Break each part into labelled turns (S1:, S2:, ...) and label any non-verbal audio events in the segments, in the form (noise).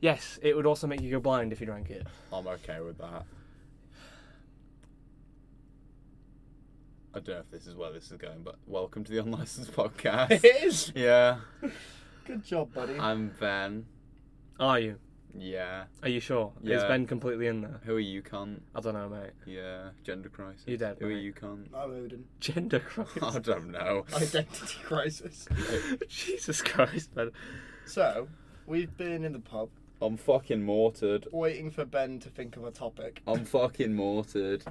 S1: Yes, it would also make you go blind if you drank it.
S2: I'm okay with that. I don't know if this is where this is going, but welcome to the Unlicensed Podcast.
S1: (laughs) is.
S2: yeah,
S3: Good job, buddy.
S2: I'm Ben.
S1: Are you?
S2: Yeah.
S1: Are you sure? Is
S2: Yeah.
S1: Ben completely in there?
S2: Who are you, cunt?
S1: I don't know, mate. (laughs)
S2: Yeah, gender crisis.
S1: You're dead,
S2: Who are
S1: mate.
S2: you, cunt? (laughs)
S3: I'm Odin.
S1: Gender crisis.
S2: I don't know.
S3: Identity (laughs) crisis.
S2: (laughs)
S1: Jesus Christ, Ben.
S3: So, we've been in the pub
S2: I'm fucking mortared.
S3: waiting for Ben to think of a topic,
S2: I'm
S1: (laughs)
S2: fucking mortared.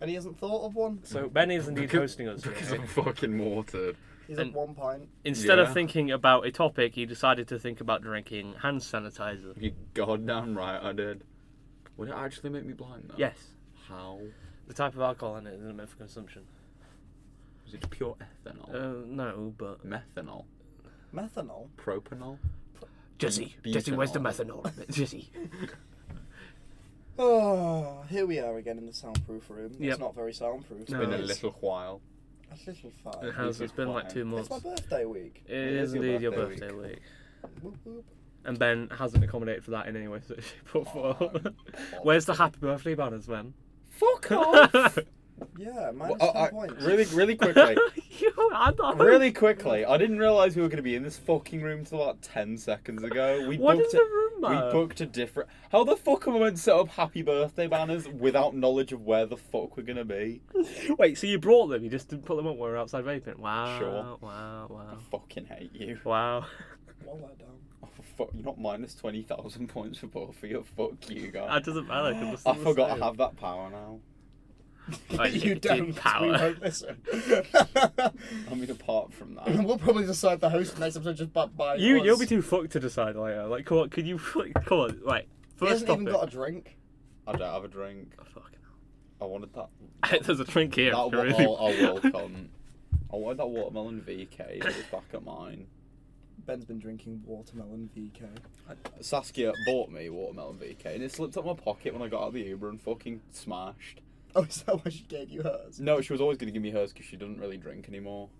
S3: and he hasn't thought of one.
S1: So Ben is indeed
S2: Because-
S1: hosting us.
S2: Because
S1: today.
S2: I'm fucking mortared.
S3: He's at
S1: And-
S3: one pint.
S1: Instead
S2: Yeah.
S1: of thinking about a topic, he decided to think about drinking hand sanitizer.
S2: You goddamn right I did. Would it actually make me blind though?
S1: Yes,
S2: How?
S1: the type of alcohol in it isn't meant for consumption.
S2: Is it pure ethanol?
S1: Uh, no, but
S2: Methanol?
S3: Methanol.
S2: Propanol?
S1: Jesse,
S2: Butanol. Jesse, where's the
S1: methanol? (laughs) Jesse.
S3: Oh, here we are again in the soundproof room.
S1: Yep.
S3: It's not very soundproof.
S1: No.
S2: Been a
S1: it's-
S2: little while.
S3: A little
S1: It
S3: far.
S1: has. It's been like two
S3: It's
S1: months.
S3: my birthday week.
S1: It is indeed your birthday week.
S3: Whoop, whoop.
S1: And Ben hasn't accommodated for that in any way, so she put forth.
S3: Oh,
S1: (laughs) Where's the happy birthday banners, Ben? (laughs)
S2: Fuck
S3: Yeah, minus
S2: Well, I-
S3: ten
S2: I-
S3: points.
S2: really,
S1: (laughs)
S2: really quickly.
S1: You- I don't-
S2: really quickly. I didn't realise we were going to be in this fucking room till about 10 seconds ago. We
S1: What
S2: booked
S1: does
S2: it.
S1: the room
S2: We
S1: matter?
S2: booked a different. How the fuck am I meant to set up happy birthday banners without knowledge of where the fuck we're gonna be?
S1: Wait, so you brought them? You just didn't put them up when we were outside vaping? Wow.
S2: Sure.
S1: Wow.
S2: I
S1: Wow.
S2: fucking hate you. (laughs)
S1: Wow. (laughs)
S3: Roll that down.
S2: Oh, fuck, you're not minus 20,000 points for both of you. Fuck you guys.
S1: That doesn't matter. 'cause it's
S2: I
S1: the
S2: forgot
S1: same.
S2: I have that power now.
S1: Oh, you
S3: (laughs) you
S1: did
S3: don't.
S1: power.
S3: We won't listen. (laughs)
S2: I mean, apart
S1: (laughs)
S2: from that.
S3: we'll probably decide the host next episode just by, by
S1: You,
S3: us.
S1: you'll be too fucked to decide later. Like, come on, could you? (laughs) Come on, right.
S3: He
S1: First
S3: hasn't
S1: topic.
S3: even got a drink.
S2: I don't have a drink.
S1: Oh, (laughs) fucking hell.
S2: I wanted
S1: (laughs)
S2: that.
S1: There's a drink here.
S2: that
S1: if you
S2: wa-
S1: really-
S2: I'll, I will
S1: (laughs)
S2: come. I wanted that watermelon VK that was back at mine.
S3: Ben's been drinking watermelon VK.
S2: Saskia bought me watermelon VK and it slipped out my pocket when I got out of the Uber and fucking smashed.
S3: (laughs) Oh, is that why she gave you hers?
S2: No, she was always going to give me hers because she doesn't really drink anymore.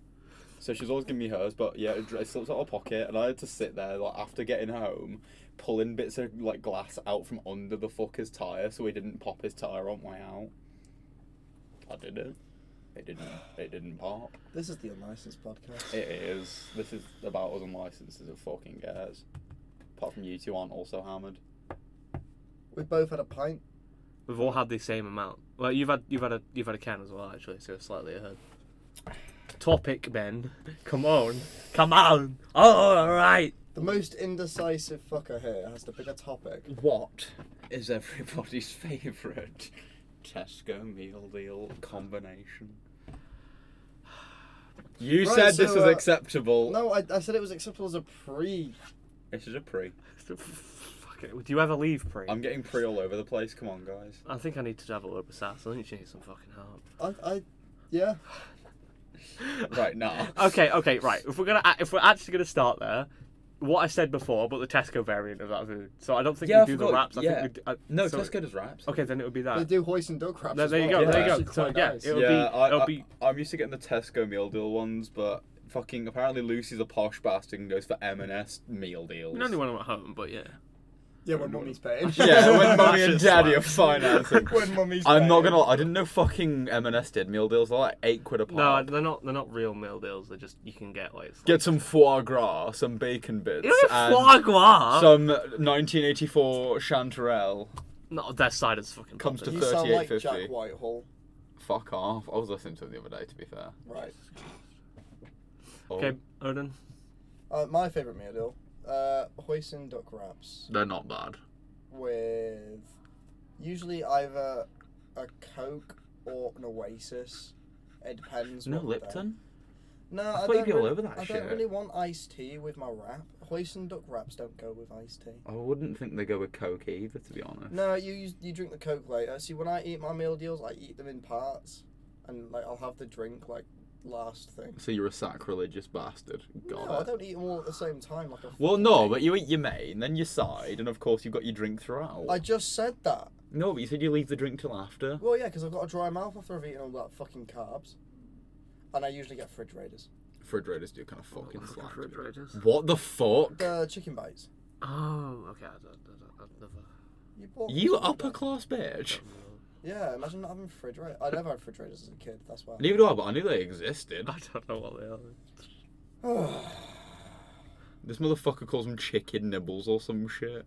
S2: So she was always giving me hers, but yeah, it, dr- it slipped out of her pocket, and I had to sit there like after getting home, pulling bits of like glass out from under the fucker's tire so he didn't pop his tire on the way out. I didn't. It didn't. It didn't pop.
S3: This is the unlicensed podcast.
S2: It is. This is about us unlicensed as it fucking gets. Apart from you two aren't also hammered.
S3: We both had a pint.
S1: We've all had the same amount. Well, you've had you've had a you've had a can as well, actually, so you're slightly ahead. Topic, Ben. (laughs) Come on, come on. Oh, all right.
S3: The most indecisive fucker here has to pick a topic.
S2: What is everybody's favourite Tesco meal deal combination? You
S3: Right,
S2: said this
S3: so,
S2: was
S3: uh,
S2: acceptable.
S3: No, I, I said it was acceptable as a pre.
S2: This is a pre.
S1: Fuck it. Do you ever leave, pre? i
S2: I'm getting pre all over the place. Come on, guys.
S1: think I need to have a word with Sass. I think she needs some fucking help.
S3: I, I, yeah.
S2: (laughs) Right now.
S1: Okay, okay, right. If we're gonna a- if we're actually gonna start there, what I said before, but the Tesco variant of that food. So I don't think
S2: Yeah, I
S1: we do the
S2: forgot.
S1: wraps. I
S2: Yeah.
S1: think we do, I,
S2: No,
S1: so-
S2: Tesco does wraps.
S1: Okay, then it would be
S3: They
S1: that.
S3: do hoist and duck wraps.
S1: No,
S3: as
S1: there you
S3: well.
S1: go,
S3: They're
S2: there you go.
S3: actually
S1: So,
S3: quite
S1: yeah,
S3: nice.
S1: it'll-
S2: yeah,
S1: be-
S2: I,
S1: it'll
S2: I,
S1: be-
S2: I'm used to getting the Tesco meal deal ones, but fucking apparently Lucy's a posh bastard and goes for M&S meal deals.
S1: Only when I'm at home, but yeah.
S3: Yeah, when mummy's paying.
S2: Yeah,
S3: (laughs)
S2: when
S1: That
S2: mummy and
S1: shit
S2: daddy are
S1: slaps.
S2: (laughs) financing.
S3: when mummy's
S2: I'm not
S3: paying.
S2: gonna. lie, I didn't know fucking M&S did meal deals. They're like eight quid a pop.
S1: No, they're not. They're not real meal deals. They're just you can get like. it's
S2: Get some foie gras, some bacon bits,
S1: You don't get
S2: and
S1: foie gras.
S2: some 1984 chanterelle.
S1: no, their side is fucking.
S2: Comes
S1: popping.
S2: to
S3: You sound like
S2: 38.50.
S3: Jack Whitehall.
S2: Fuck off! I was listening to it the other day. To be fair.
S3: Right.
S2: Oh,
S1: Okay, Odin.
S3: Uh, my favourite meal deal. Uh, hoist and duck wraps
S2: They're not bad.
S3: with usually either a Coke or an Oasis. It depends.
S2: No
S3: what day.
S2: Lipton.
S3: No,
S2: I
S3: I,
S2: thought
S3: don't
S2: you'd be all
S3: really,
S2: over that
S3: I
S2: shit.
S3: don't really want iced tea with my wrap. Hoist and duck wraps don't go with iced tea.
S2: I wouldn't think they go with Coke either. To be honest.
S3: No, you use, you drink the Coke later. See, when I eat my meal deals, I eat them in parts, and like I'll have the drink like last thing.
S2: So you're a sacrilegious bastard. Got
S3: no, I
S2: it.
S3: don't eat them all at the same time. Like a
S2: Well,
S3: fucking
S2: no,
S3: pig.
S2: but you eat your main, then your side, and of course you've got your drink throughout.
S3: I just said that.
S2: No, but you said you leave the drink till after.
S3: Well, yeah, because I've got a dry mouth after I've eaten all that fucking carbs, and I usually get fridge raiders.
S1: Oh,
S2: Refrigerators do kind of fucking
S1: Fucking
S2: slap.
S1: refrigerators.
S2: What the fuck?
S3: The chicken bites.
S1: Oh, okay. I I don't, I don't, I've never.
S3: You, bought
S2: You
S3: something
S2: upper
S3: like-
S2: class bitch.
S3: Yeah, imagine not having a refrigerator. I never had refrigerators as a kid. That's why. (sighs)
S2: Neither do I, but I knew they existed.
S1: (laughs) I don't know what they are.
S2: This motherfucker calls them chicken nibbles or some shit.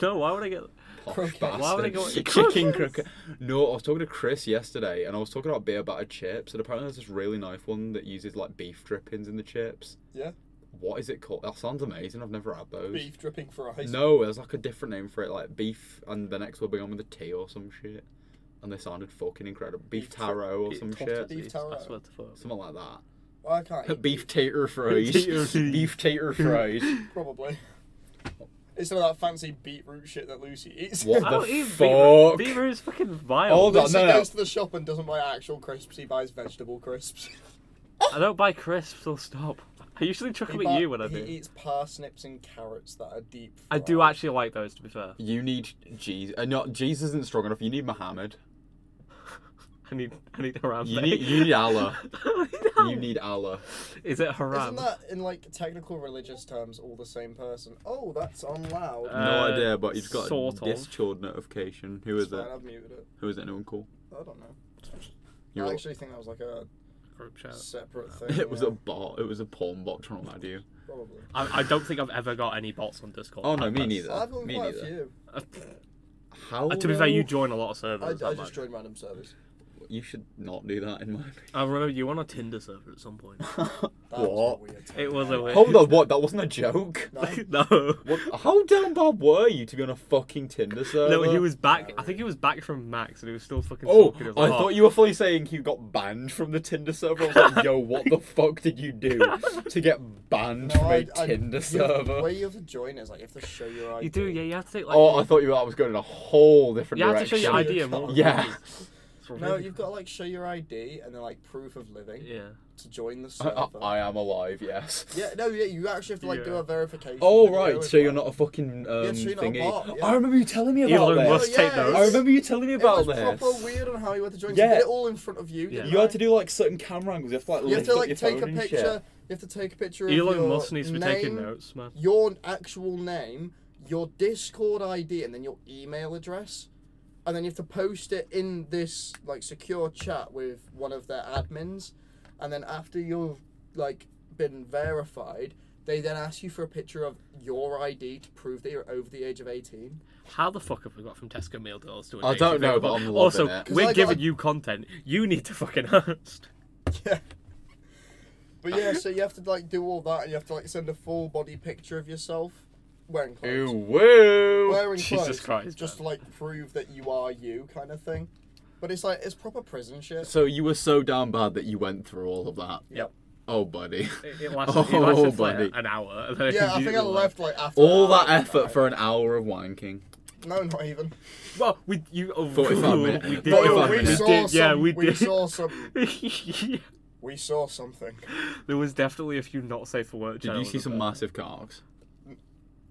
S1: no, why would I get?
S2: Posh
S3: Croquettes.
S1: (laughs)
S2: bastard.
S1: Why would I go- (laughs)
S2: chicken
S1: Croquettes?
S2: croquette? No, I was talking to Chris yesterday, and I was talking about beer battered chips, and apparently there's this really nice one that uses like beef drippings in the chips.
S3: Yeah.
S2: What is it called? That sounds amazing. I've never had those.
S3: Beef dripping for ice.
S2: No, there's like a different name for it, like beef, and the next will be on with a T or some shit. And they sounded fucking incredible. Beef,
S3: Beef
S2: taro or
S1: beef
S2: some
S1: tartar.
S2: shit.
S3: Beef
S1: I
S3: taro.
S1: swear to fuck.
S2: Something like that.
S3: Well, I can't
S2: (laughs)
S3: eat
S2: beef tater fries.
S1: Tater fries. (laughs)
S2: beef tater fries.
S3: Probably. It's some of that fancy beetroot shit that Lucy eats. (laughs)
S2: What
S1: I
S2: the
S1: don't eat
S2: fuck?
S1: Beaver. Beaver is fucking vile.
S2: Hold on.
S3: Lucy
S2: No, no.
S3: goes to the shop and doesn't buy actual crisps. He buys vegetable crisps.
S1: I don't buy crisps. I'll stop. I usually chuck
S3: He
S1: them
S3: buy-
S1: at you when I
S3: he
S1: do.
S3: eats parsnips and carrots that are deep.
S1: I do
S3: fried.
S1: actually like those, to be fair.
S2: You need Jesus. Uh, no, Jesus isn't strong enough. You need Muhammad.
S1: I need, I need Haram.
S2: You
S1: mate.
S2: need, you need Allah.
S1: (laughs) I need Haram.
S2: You need Allah.
S1: Is it Haram?
S3: Isn't that in like technical religious terms all the same person? Oh, that's on loud.
S2: No
S1: Uh,
S2: idea, but you've got
S1: sort
S2: a
S1: of.
S2: discord notification. Who
S3: It's
S2: is
S3: fine,
S2: it?
S3: I've muted it.
S2: Who is it? Anyone cool?
S3: I don't know.
S2: You're
S3: I
S2: all-
S3: actually think that was like a
S1: Group chat.
S3: separate thing.
S2: (laughs) It was
S3: yeah,
S2: a bot. It was a porn bot trying to mad you.
S3: probably.
S1: I, I don't think I've ever got any bots on Discord.
S2: Oh no,
S1: I've
S2: me
S1: got-
S2: neither.
S3: I've done
S2: me
S3: quite
S2: neither.
S3: a few.
S2: How?
S1: Uh, (laughs) to be fair, you
S2: though?
S1: join a lot of
S3: I, I
S1: servers. I,
S3: just joined random servers.
S2: You should not do that in my
S3: (laughs)
S2: opinion. (laughs)
S1: I remember Oh, you were on a Tinder server at some point.
S3: That was a
S2: What?
S3: weird.
S1: (laughs)
S3: time.
S1: it was a weird. (laughs)
S2: Hold on, what? That wasn't a joke.
S3: (laughs) No,
S1: no.
S2: What? How down bad were you to be on a fucking Tinder server?
S1: No, he was back. I think he was back from Max, and he was still fucking.
S2: Oh,
S1: sulking. was
S2: I
S1: like,
S2: thought you were fully saying you got banned from the Tinder server. I was like, yo, what
S1: (laughs)
S2: the fuck did you do to get banned
S3: No,
S2: from a
S3: I- I-
S2: Tinder
S3: you have- The
S2: server?
S3: way you have to join is like you have to show your ID.
S1: You do, yeah. You have to take like.
S2: Oh, I thought you were, I was going in a whole different
S1: you have to show
S2: direction.
S1: your
S3: direction.
S1: ID and what.
S3: (laughs)
S2: Yeah.
S1: It's
S3: No,
S1: really-
S3: you've got to like show your ID and then like proof of living
S1: Yeah.
S3: to join
S2: (laughs) (laughs)
S3: the
S2: I,
S3: server.
S2: I- I am alive, yes.
S3: Yeah, no, yeah, you actually have to like do
S1: Yeah.
S3: a verification.
S2: Oh,
S3: video
S2: right,
S3: as
S2: so you're
S3: well.
S2: not a fucking um,
S3: Yeah, so you're not a
S2: thingy.
S3: bot, yeah.
S2: I remember you telling me about
S1: Elon
S2: this.
S1: Musk, take
S3: yeah,
S1: notes.
S2: I remember you telling me about
S3: it was
S2: this.
S3: proper weird on how you had to join.
S2: Yeah.
S3: You did it all in front of you.
S1: Yeah.
S3: didn't
S2: You had
S3: I?
S2: to do like certain camera angles. You have to like,
S3: You have
S2: lift
S3: to
S2: up
S3: like
S2: your
S3: take a
S2: phone and shit.
S3: picture. You have to take a picture of your
S1: Elon Musk needs to be taking
S3: name,
S1: notes, man.
S3: Your actual name, your Discord ID, and then your email address, and then you have to post it in this like secure chat with one of their admins, and then after you've like been verified, they then ask you for a picture of your ID to prove that you're over the age of eighteen.
S1: How the fuck have we got from Tesco meal deals to? an
S2: I don't
S1: Asian
S2: know,
S1: meal
S2: but
S1: deal?
S2: I'm loving
S1: also
S2: it. 'Cause
S1: we're
S3: I got
S1: giving
S3: a-
S1: you content. You need to fucking (laughs) host.
S3: Yeah. But yeah, so you have to like do all that, and you have to like send a full body picture of yourself wearing clothes.
S2: Ooh, woo.
S1: (laughs)
S3: wearing
S1: Jesus
S3: clothes
S1: Christ,
S3: just to
S1: man.
S3: like prove that you are you kind of thing. But it's like it's proper prison shit.
S2: So you were so down bad that you went through all of that.
S1: Yep.
S2: Oh, buddy. (laughs)
S1: It, it lasted, it
S2: Oh,
S1: lasted for like
S2: buddy.
S1: an hour. (laughs) and then
S3: yeah, I think I
S1: immediately
S3: left like after
S2: All
S3: an hour,
S2: that effort
S3: right?
S2: for an hour of wanking.
S3: no,
S1: (laughs)
S3: not even.
S1: Well, we you oh,
S2: 45
S1: we
S2: minutes.
S1: did-
S2: No,
S1: we
S3: No,
S2: Forty-five
S3: we
S2: minutes.
S1: did,
S3: saw
S1: yeah,
S3: some-
S1: we did. (laughs)
S3: saw some.
S1: Yeah,
S3: We saw something.
S1: (laughs) there was definitely a few not safe for work.
S2: Did you see some
S1: mass?
S2: massive cocks?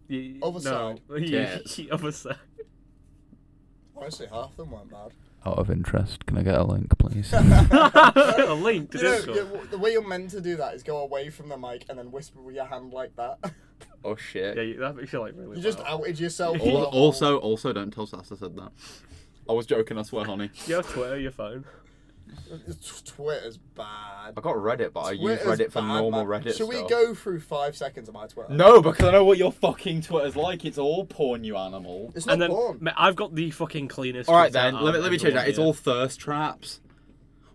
S3: Other
S1: no.
S3: side.
S1: (laughs) Yeah,
S2: Tits.
S1: other
S3: (laughs)
S1: side. (laughs)
S3: Honestly, half of them weren't bad.
S2: Out of interest, can I get a link,
S3: (laughs)
S2: please?
S1: a link to
S3: You know,
S1: Discord.
S3: you- the way you're meant to do that is go away from the mic and then whisper with your hand like that. (laughs)
S2: oh shit.
S1: Yeah, you- that makes you like really.
S3: You just
S1: loud.
S3: outed yourself.
S2: Al-
S3: on the whole-
S2: also, also, don't tell Sass I said that. I was joking. I swear, honey.
S1: your Twitter, your phone.
S3: Tw- Twitter's bad.
S2: I got Reddit, but I use
S3: Twitter's
S2: Reddit for
S3: bad,
S2: normal
S3: man.
S2: Reddit
S3: Should we
S2: stuff.
S3: go through five seconds of my Twitter?
S2: No, because I know what your fucking Twitter's like. It's all porn, you animal.
S3: it's not
S1: And then
S3: porn.
S1: mate, I've got the fucking cleanest.
S2: All right
S1: Twitter
S2: then. Let me
S1: out
S2: let me
S1: of
S2: change
S1: everyone
S2: that. It's
S1: here.
S2: all thirst traps.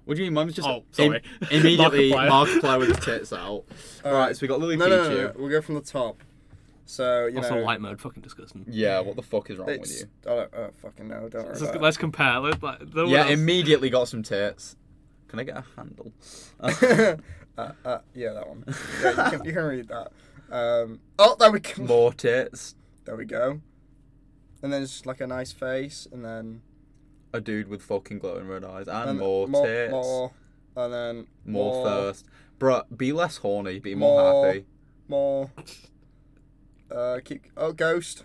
S2: What do you mean? Mum's just
S1: Oh, sorry. (laughs)
S2: im- immediately
S1: Markiplier.
S2: Markiplier with his tits out. All right, so we got Lily
S3: No,
S2: Pichu.
S3: no, no, no, We'll go from the top. So you
S1: Also,
S3: know,
S1: light mode, fucking disgusting.
S2: Yeah, what the fuck is wrong
S3: it's,
S2: with
S3: I don't oh, fucking know. Don't worry
S1: Let's,
S3: about
S1: let's compare. Let's, like, no
S2: you?
S1: one
S2: Yeah,
S1: else-
S2: immediately got some tits. Can I get a handle?
S3: it. (laughs) uh, uh, yeah, that one. Yeah, you, can, you can read that. Um, oh, there we go.
S2: More tits.
S3: There we go. And then it's just like a nice face, and then
S2: A dude with fucking glowing red eyes. And,
S3: and
S2: more,
S3: more,
S2: tits. More,
S3: more, and then
S2: thirst. Bruh, be less horny, be more,
S3: More-
S2: happy.
S3: more. Uh, keep oh ghost.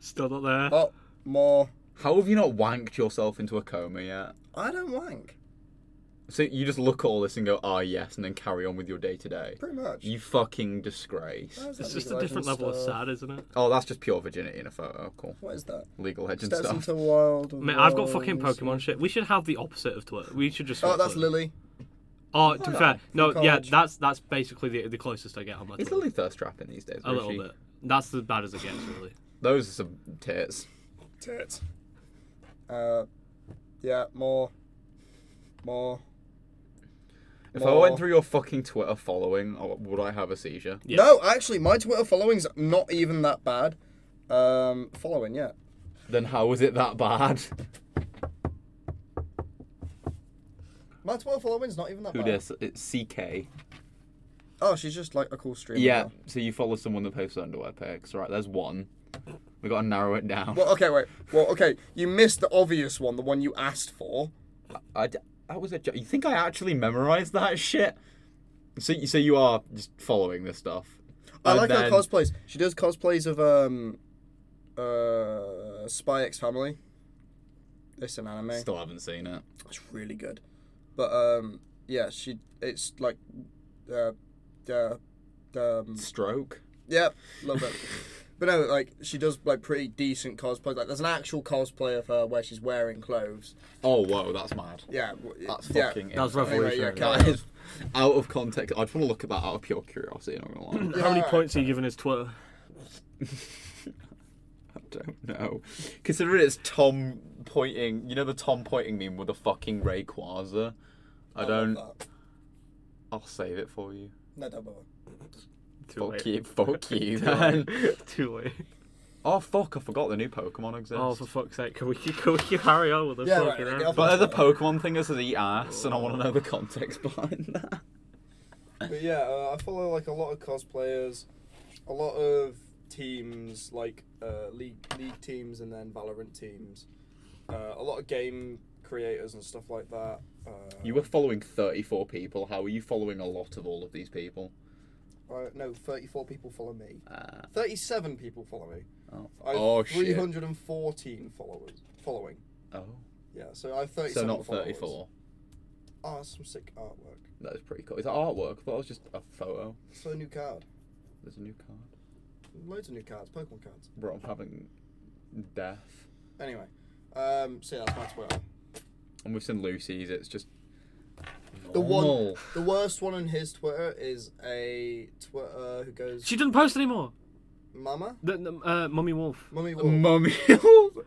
S1: still not there.
S3: Oh, more.
S2: How have you not wanked yourself into a coma yet?
S3: I don't wank.
S2: So you just look at all this and go, ah, yes, and then carry on with your day to day.
S4: Pretty much.
S2: You fucking disgrace.
S4: Why is
S1: It's
S4: that
S1: just a
S4: legalising
S1: different level of
S4: stuff?
S1: sad, isn't it?
S2: Oh, that's just pure virginity in a photo. Oh, Cool.
S4: What is that?
S2: Legal legend
S4: Steps
S2: stuff.
S4: into wild.
S1: Mate, I've got fucking Pokemon shit. We should have the opposite of Twitter. We should just.
S3: Oh,
S1: swap
S3: that's
S1: Twitter.
S3: Lily.
S1: Oh, to be fair, no,
S4: From
S1: yeah,
S4: college.
S1: that's that's basically the, the closest I get on my
S2: Is
S1: Twitter.
S2: Lily thirst trapping these days?
S1: a
S2: or is
S1: little
S2: she-
S1: bit. That's as bad as it gets, really.
S2: Those are some tits.
S4: Tits. Uh, yeah, more. More.
S2: If I
S4: More.
S2: went through your fucking Twitter following, oh, would I have a seizure?
S1: Yeah.
S3: No, actually, my Twitter following's not even that bad.
S4: Um, following, yeah.
S2: Then how is it that (laughs) bad?
S3: My Twitter following's not even that
S2: Who
S3: bad.
S2: this? It's CK.
S3: Oh, she's just like a cool streamer.
S2: Yeah.
S3: now.
S2: So you follow someone that posts underwear pics, right? There's one. We gotta narrow it down.
S3: Well, okay, wait. Well, okay, you missed the obvious one, the one you asked for.
S2: I d- that was a joke. You think I actually memorized that shit? So you so you are just following this stuff.
S3: I
S2: And
S3: like
S2: then-
S3: her cosplays. She does cosplays of um, uh, Spy X Family. It's an anime.
S2: Still haven't seen it.
S3: It's really good. But um, yeah, she it's like, uh, uh, um,
S2: Stroke.
S3: yeah,
S2: (laughs)
S3: love it. But no, like she does like pretty decent cosplay. Like there's an actual cosplay of her where she's wearing clothes.
S2: Oh whoa, that's mad.
S3: Yeah, w-
S2: That's
S3: yeah.
S2: fucking.
S1: That's
S2: insane.
S1: revolutionary.
S3: Anyway, yeah,
S2: That is Uh, out of context. I just want to look at that out of pure curiosity. Not gonna lie.
S1: How many
S3: Yeah.
S1: points are you giving his
S3: (laughs)
S1: Twitter?
S2: I don't know. Considering it's Tom pointing, you know the Tom pointing meme with the fucking Rayquaza. I
S3: love
S2: don't.
S3: that.
S2: I'll save it for you.
S3: No, don't bother.
S1: Too
S2: Fuck
S1: late.
S2: you.
S1: (laughs)
S2: Fuck you. Then.
S1: Too late.
S2: Oh fuck! I forgot the new Pokemon exists.
S1: Oh, for fuck's sake, can we, (laughs) can we carry on with the
S3: Yeah, right,
S1: fucking
S3: okay,
S1: rant?
S3: I'll
S2: But there's a Pokemon thing that says eat ass, and I want to
S1: Oh.
S2: know the context behind that.
S3: But yeah, uh, I follow like a lot of cosplayers, a lot of teams like uh, league league teams and then Valorant teams, uh, a lot of game creators and stuff like that. Uh,
S2: You were following 34 people. How are you following a lot of all of these people?
S3: uh, no, thirty four people follow me.
S2: Uh,
S3: Thirty seven people follow me.
S2: oh,
S3: I have
S2: oh
S3: three
S2: shit!
S3: hundred and fourteen followers following.
S2: Oh,
S3: Yeah, so I have thirty
S2: so
S3: seven.
S2: not 34.
S3: Ah, some sick artwork.
S2: That is pretty cool. Is that artwork? I thought it was just a photo.
S3: So a new card,
S2: There's a new card.
S3: loads of new cards, Pokemon cards.
S2: Bro, I'm having death.
S3: Anyway, um, so yeah, that's my Twitter.
S2: And with St. Lucy's, it's just
S3: The one-
S2: normal.
S3: The worst one on his Twitter is a Twitter who goes.
S1: She doesn't post anymore.
S3: Mama?
S1: The, the, uh, Mummy Wolf.
S3: Mummy
S2: Mm,
S3: Wolf. (laughs)
S2: mummy.
S1: Oh, no,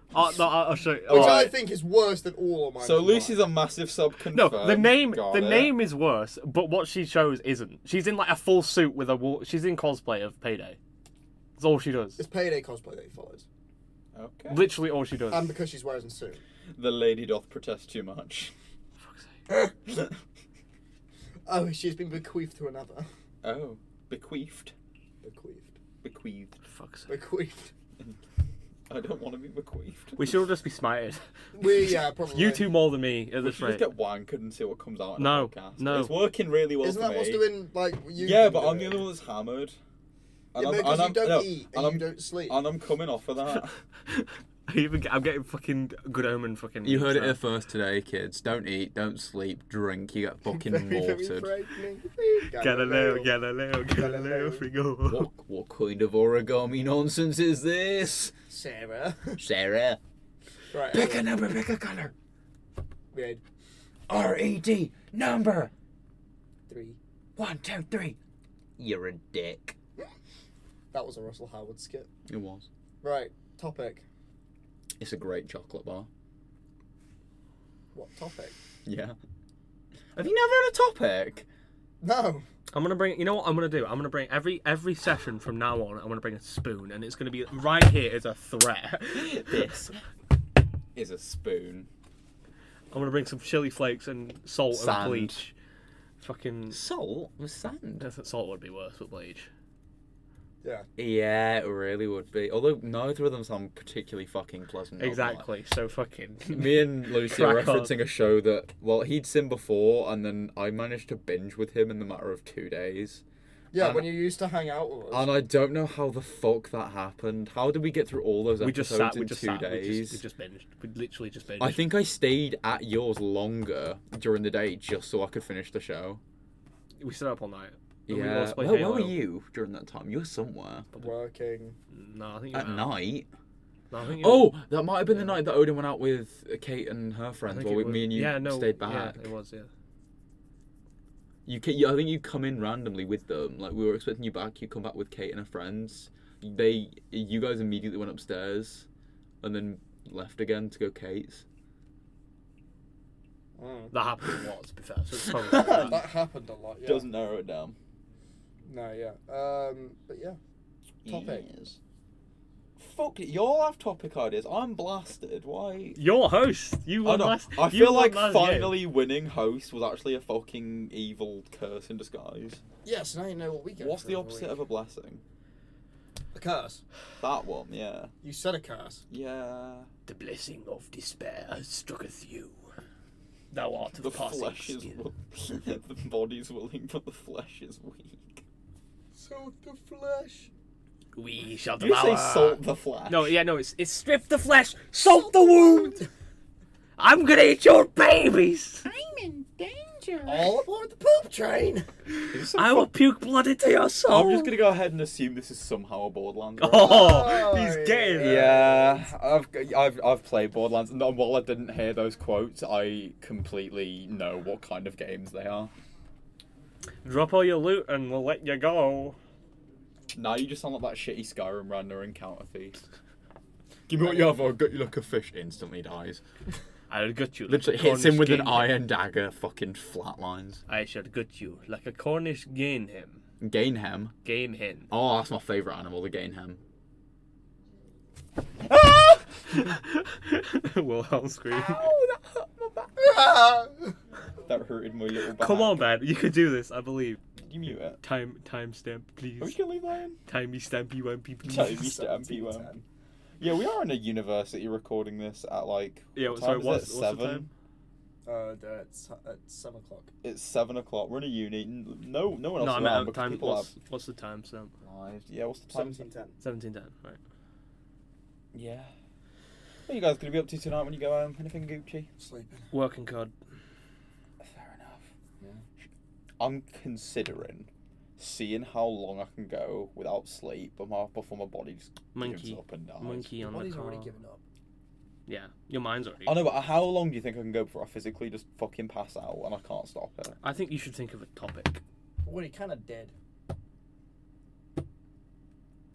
S1: I'll I'll show you.
S3: Which
S1: Oh,
S3: I think is worse than all of mine.
S5: So
S3: combined.
S5: Lucy's a massive sub.
S1: No,
S5: Confirmed.
S1: the name
S5: Got
S1: the
S5: it.
S1: name is worse, but what she shows isn't. She's in like a full suit with a wall. She's in cosplay of Payday. That's all she does.
S3: It's payday cosplay that he follows.
S5: Okay.
S1: Literally all she does.
S3: And because she's wearing a suit.
S5: The lady doth protest too much.
S1: Fuck's sake.
S3: Oh, she's been bequeathed to another. (laughs)
S5: Oh, bequeathed.
S3: Bequeathed.
S5: Bequeathed.
S1: Fuck's
S3: (laughs)
S1: sake.
S3: Bequeathed.
S5: I don't want to be bequeathed.
S1: We should all just be smited.
S3: We, yeah, probably.
S1: You two more than me at
S5: We
S1: this
S5: should just
S1: rate.
S5: get wankered and see what comes out. In
S1: No,
S5: a podcast.
S1: no.
S5: It's working really well
S3: Isn't
S5: for
S3: that what's
S5: me.
S3: doing, like, you?
S5: Yeah,
S3: been
S5: but I'm the
S3: doing?
S5: only one that's hammered.
S3: Yeah,
S5: I'm-
S3: because you
S5: I'm-
S3: don't
S5: no,
S3: eat
S5: and
S3: and,
S5: I'm,
S3: you don't sleep.
S5: and I'm coming off of that.
S1: I (laughs) even get- I'm getting fucking good omen fucking.
S2: (laughs) You heard it here
S1: if
S2: first today, kids. Don't eat, don't sleep, drink. You get fucking
S3: (laughs) Very, very
S2: watered.
S3: frightening. (laughs)
S1: Galileo, Galileo, Galileo,
S3: Galileo.
S1: Frigo.
S2: What, what kind of origami nonsense is this?
S3: Sarah. (laughs)
S2: Sarah.
S3: right.
S2: Pick a
S3: anyway,
S2: number, pick a color.
S3: Red.
S2: R E D number.
S3: Three.
S2: One, two, three. You're a dick.
S3: That was a Russell Howard skit.
S2: It was.
S3: Right. Topic.
S2: It's a great chocolate bar.
S3: What topic?
S2: Yeah. Have you never had a topic?
S3: No.
S1: I'm gonna bring. You know what I'm gonna do? I'm gonna bring every every session from now on. I'm gonna bring a spoon, and it's gonna be right here as a threat.
S2: This is a spoon.
S1: I'm gonna bring some chili flakes and salt
S2: Sand.
S1: and bleach. Fucking
S2: Salt with sand.
S1: I think salt would be worse, but bleach.
S3: Yeah.
S2: Yeah, it really would be. Although neither of them sound particularly fucking pleasant. I'll be like-
S1: exactly. So fucking. (laughs)
S2: Me and Lucy are
S1: Crack on.
S2: referencing a show that well he'd seen before, and then I managed to binge with him in the matter of two days.
S6: Yeah,
S7: And-
S6: when you used to hang out with us.
S7: And I don't know how the fuck that happened. How did we get through all those episodes
S1: We just sat.
S7: in
S1: We just
S7: two
S1: sat.
S7: days?
S1: We just, we just binged. We literally just binged.
S7: I think I stayed at yours longer during the day just so I could finish the show.
S1: we sat up all night. And we
S7: Yeah.
S1: watched play
S7: Where, where were
S1: Halo.
S7: you during that time? You were somewhere
S3: Working.
S1: No, I think you
S2: Uh,
S7: at
S1: were out.
S7: night.
S1: No, I think you
S7: Oh, that might have been the night that Odin went out with uh, Kate and her
S1: I
S7: friends.
S1: think
S7: Well,
S1: it
S7: we-
S1: was-
S7: me and you
S1: yeah, no,
S7: stayed back.
S1: Yeah, it was. Yeah.
S7: You, ca- you, I think you come in randomly with them. Like we were expecting you back. You come back with Kate and her friends. They, you guys immediately went upstairs, and then left again to go Kate's.
S3: Mm.
S1: That happened a lot, to be fair. So it's
S2: (laughs)
S1: probably like that.
S6: that happened a lot. Yeah.
S2: Doesn't narrow it down.
S6: No, yeah. Um, but yeah. Topic.
S2: Yes. Fuck it. Y'all have topic ideas. I'm blasted. Why?
S1: Your host, you
S2: I,
S1: won
S2: know.
S1: last.
S2: I
S1: you
S2: feel
S1: won
S2: like
S1: last
S2: finally winning host was actually a fucking evil curse in disguise.
S6: Yes, now you know what we get.
S2: What's
S6: for
S2: the
S6: every
S2: opposite of
S6: week.
S2: a blessing?
S6: a curse?
S2: That one, yeah.
S6: You said a curse.
S2: Yeah.
S1: Game. The blessing of despair has strucketh you. Thou art
S2: The
S1: passing
S2: flesh is
S1: skin.
S2: will- (laughs) the body's willing, but the flesh is
S7: (laughs)
S2: weak.
S6: So the flesh.
S1: We shall
S2: You
S1: devour.
S2: say
S7: uh,
S2: salt the flesh.
S1: No, yeah, no. It's it's strip the flesh, salt the wound. I'm gonna eat your babies.
S6: All aboard the poop train.
S2: Is this some
S1: I will puke blood into your soul.
S2: I'm just gonna go ahead and assume this is somehow a Borderlands.
S1: Oh,
S6: Oh,
S1: he's
S6: yeah.
S1: getting it.
S2: (laughs) Yeah, I've, I've I've played Borderlands, and while I didn't hear those quotes, I completely know what kind of games they are.
S1: Drop all your loot and we'll let you go.
S2: Now you just sound like that shitty Skyrim runner and counter thief.
S7: Give me what you have. I'll gut you like a fish. Instantly dies.
S1: I will gut you. like
S7: Literally
S1: a
S7: hits him
S1: Cornish
S7: with an
S1: game.
S7: iron dagger. Fucking flatlines.
S1: I shall gut you like a Cornish gain him.
S7: Gainhem.
S1: Game
S2: (laughs)
S1: hen.
S7: Oh, that's my favorite animal. The gainhem.
S1: Wilhelm scream. (laughs)
S2: That hurted my little back.
S1: Come on, man. You can do this. I believe.
S2: Did you mute it?
S1: Time time stamp,
S2: Are we just
S1: please.
S2: gonna leave that in?
S1: Timey stampy wimpy, please.
S2: Timey stampy one. Yeah, we are in a university recording this at like.
S1: Yeah,
S2: what
S1: sorry,
S2: time is
S1: what's,
S2: it?
S1: what's the time?
S3: Uh, it's, it's seven o'clock.
S2: It's seven o'clock. We're in a uni. N- No, no one
S1: (laughs)
S2: else
S1: No, I
S2: around.
S1: meant uh,
S2: because
S1: time.
S2: people
S1: What's, what's the time stamp?
S2: have lives. Yeah, what's the time?
S3: Seventeen ten.
S1: Seventeen ten. Right.
S2: Yeah. What are you guys gonna be up to tonight when you go home? Anything Gucci?
S3: Sleeping.
S1: Working card.
S2: Fair enough. I'm considering seeing how long I can go without sleep before before my body just gives
S1: Monkey.
S2: up and dies.
S1: Monkey on the
S3: Body's
S1: card.
S3: already given up.
S1: Yeah. Your mind's already.
S2: I know, but how long do you think I can go before I physically just fucking pass out and I can't stop it?
S1: I think you should think of a topic.
S3: Well, he kind of did.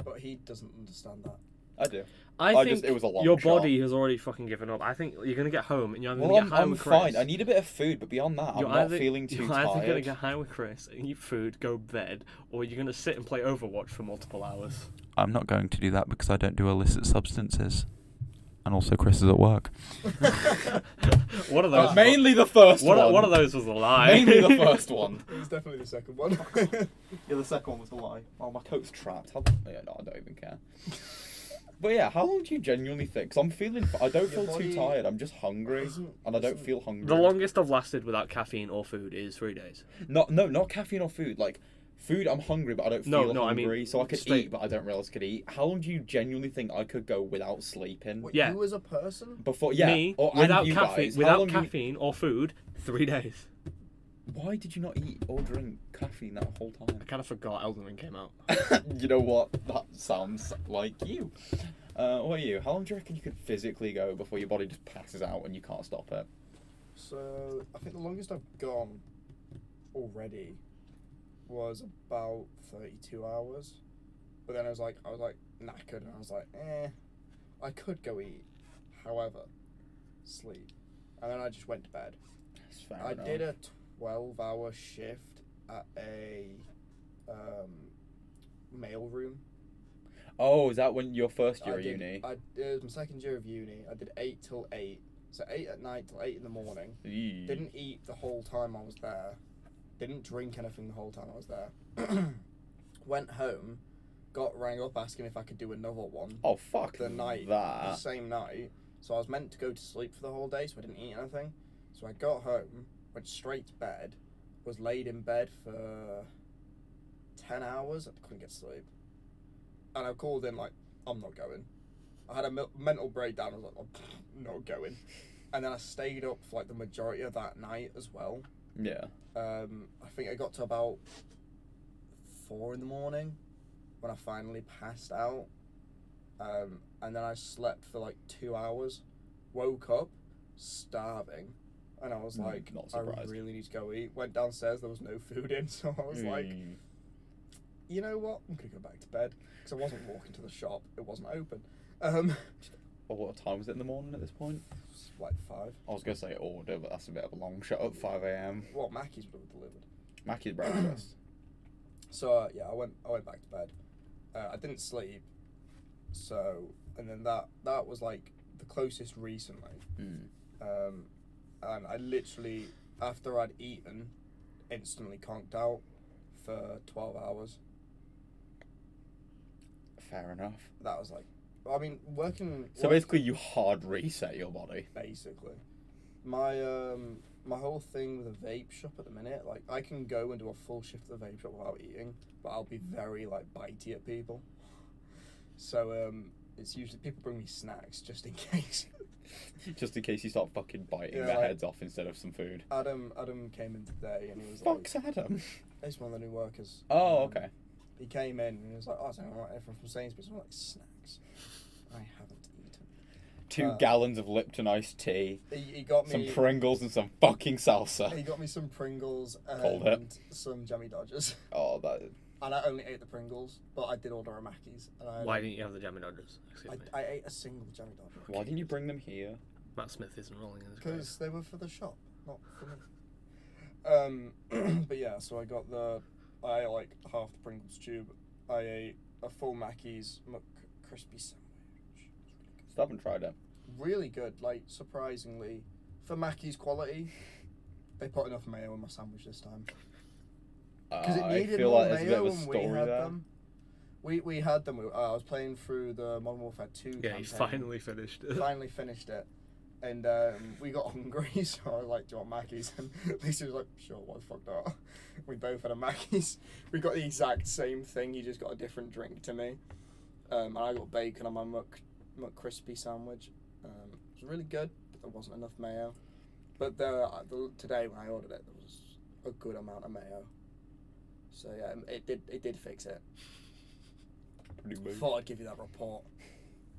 S3: But he doesn't understand that.
S2: I do.
S1: I,
S2: I
S1: think
S2: just- it was a long
S1: your
S2: shot.
S1: body has already fucking given up. I think you're gonna get home and you're either
S2: Well,
S1: gonna
S2: I'm,
S1: get high
S2: I'm
S1: with Chris.
S2: fine. I need a bit of food, but beyond that, I'm
S1: you're
S2: not
S1: either,
S2: feeling too
S1: you're either gonna
S2: tired.
S1: get high with Chris, eat food, go bed, or you're gonna sit and play Overwatch for multiple hours.
S8: I'm not going to do that because I don't do illicit substances. And also, Chris is at work.
S1: One of those.
S2: Uh, mainly the first
S1: one,
S2: one.
S1: of-
S2: (laughs)
S1: one of those was a lie.
S2: Mainly the first one.
S1: (laughs)
S3: It was definitely the second (laughs) one.
S2: Yeah, the second one was the lie. Oh, my coat's trapped. How... Yeah, no, I don't even (laughs) care. but yeah, how long do you genuinely think? Because I'm feeling, I don't feel
S3: body
S2: too tired. I'm just hungry,
S3: isn't-
S2: and I don't
S3: isn't-
S2: feel hungry.
S1: the longest I've lasted without caffeine or food is three days.
S2: No, no, not caffeine or food. Like food, I'm hungry, but I don't
S1: No,
S2: feel
S1: no, I mean,
S2: hungry, so I could
S1: straight-
S2: eat, but I don't realize I could eat. How long do you genuinely think I could go without sleeping?
S3: What,
S1: Yeah.
S3: You as a person?
S2: Before, yeah,
S1: Me
S2: or, and
S1: without
S2: you
S1: caffeine,
S2: guys, how long
S1: without
S2: you-
S1: caffeine or food, three days.
S2: why did you not eat or drink caffeine that whole
S1: I
S2: time?
S1: kind of forgot Elden Ring came out.
S2: you know what? That sounds like you. Uh, what are you? How long do you reckon you could physically go before your body just passes out and you can't stop it?
S3: So I think the longest I've gone already was about thirty-two hours. But then I was like, I was like knackered, and I was like, eh, I could go eat. However, sleep, and then I just went to bed.
S2: That's fair
S3: I
S2: enough.
S3: did a 12 hour shift at a um, mail room.
S2: Oh, is that when your first year
S3: I
S2: at
S3: did-
S2: uni?
S3: I, it was my second year of uni. I did 8 till 8. So 8 at night till 8 in the morning.
S2: Eee.
S3: Didn't eat the whole time I was there. Didn't drink anything the whole time I was there. (clears throat) Went home, got rang up asking if I could do another one
S2: Oh fuck
S3: the night, the
S2: that.
S3: same night. So I was meant to go to sleep for the whole day, so I didn't eat anything. So I got home, went straight to bed, was laid in bed for ten hours. I couldn't get sleep, and I called in like I'm not going. I had a me- mental breakdown. I was like, I'm not going. And then I stayed up for like the majority of that night as well.
S2: Yeah.
S3: Um, I think I got to about four in the morning when I finally passed out. Um, and then I slept for like two hours, woke up starving, and I was
S2: Mm,
S3: like,
S2: not
S3: I
S2: surprised.
S3: really need to go eat. Went downstairs, there was no food in, (laughs) so I was like,
S2: Mm.
S3: you know what? I'm gonna go back to bed because I wasn't walking to the shop, it wasn't open. Um, (laughs)
S2: Well, what time was it in the morning at this point?
S3: it was like five.
S2: I was gonna say order, but that's a bit of a long shot at five a.m.
S3: Well, Mackie's would have delivered.
S2: Mackie's breakfast.
S3: (clears throat) So uh, yeah, I went I went back to bed. Uh, I didn't sleep. So and then that that was like the closest recently.
S2: Mm.
S3: Um, and I literally after I'd eaten, instantly conked out for twelve hours.
S2: Fair enough.
S3: That was like, I mean, working.
S2: So
S3: work-
S2: basically, you hard reset your body.
S3: basically, my um my whole thing with a vape shop at the minute, like I can go and do a full shift at the vape shop without eating, but I'll be very like bitey at people. So um, it's usually people bring me snacks just in (laughs) case.
S2: Just in case you start fucking biting
S3: Yeah,
S2: their
S3: like-
S2: heads off instead of some food.
S3: Adam Adam came in today and he was like,
S2: Fuck's
S3: (laughs)
S2: Adam.
S3: he's one of the new workers.
S2: Oh,
S3: Um,
S2: okay.
S3: He came in and he was like, oh, I don't know what everyone from Sainsbury's. I'm like, snacks. I haven't eaten.
S2: Two
S3: uh,
S2: gallons of Lipton iced tea,
S3: He, he got
S2: some
S3: me.
S2: Pringles, and some fucking
S3: he
S2: salsa.
S3: got me some Pringles
S2: Called it.
S3: and some jammy Dodgers.
S2: Oh, that.
S3: and I only ate the Pringles, but I did order a Mackey's. And I,
S1: Why didn't you have the jammy dodgers? Excuse me.
S3: I, I ate a single Jammy Dodger
S2: Why didn't you bring them here?
S1: Matt Smith isn't rolling in his grave.
S3: because they were for the shop, not for me. Um, (clears throat) but yeah, so I got the I ate like half the Pringles tube. I ate a full Mackey's Mc crispy sandwich.
S2: Still haven't tried it.
S3: Really good, like surprisingly, for Mackey's quality. They put enough mayo in my sandwich this time because it
S2: Uh,
S3: needed
S2: I feel
S3: more
S2: like there's a bit
S3: mayo
S2: of a
S3: when we
S2: story
S3: had
S2: there.
S3: them. We, we had them. We, uh, I was playing through the Modern Warfare Two.
S1: Yeah, he's
S3: campaign.
S1: finally finished.
S3: finally finished it. And um, we got (laughs) hungry, so I was like, Do you want Mackey's? And (laughs) Lisa was like, Sure, why the fuck not? (laughs) We both had a Mackey's. (laughs) We got the exact same thing, you just got a different drink to me. Um, and I got bacon on my Muck, muck Crispy sandwich. Um, it was really good, but there wasn't enough mayo. But the, uh, the, today when I ordered it, there was a good amount of mayo. So yeah, um, it did, it did fix it.
S2: Pretty
S3: I
S2: much.
S3: thought I'd give you that report.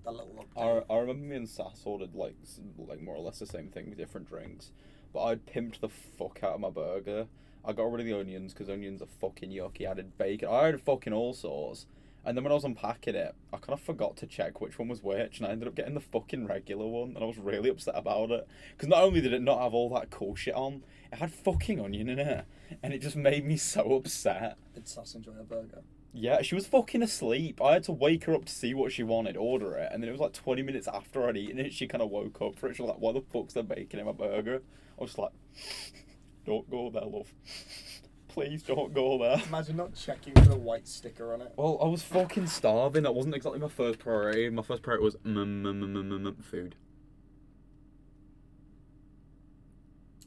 S3: That little update.
S2: I, I remember me and Sass ordered like s- like more or less the same thing with different drinks, but I pimped the fuck out of my burger. I got rid of the onions because onions are fucking yucky. I added bacon. I added fucking all sorts. And then when I was unpacking it, I kind of forgot to check which one was which, and I ended up getting the fucking regular one, and I was really upset about it. Because not only did it not have all that cool shit on, it had fucking onion in it, and it just made me so upset.
S3: Did Sass enjoy a burger?
S2: Yeah, she was fucking asleep. I had to wake her up to see what she wanted, order it, and then it was like 20 minutes after I'd eaten it, she kind of woke up for it. She was like, why the fuck's there bacon in my burger? I was like, (laughs) don't go there, love. Please don't go there.
S3: Imagine not checking for the white sticker on it.
S2: Well, I was fucking starving.
S9: That wasn't exactly my first priority. My first priority was mm, mm, mm, mm, mm, mm, food.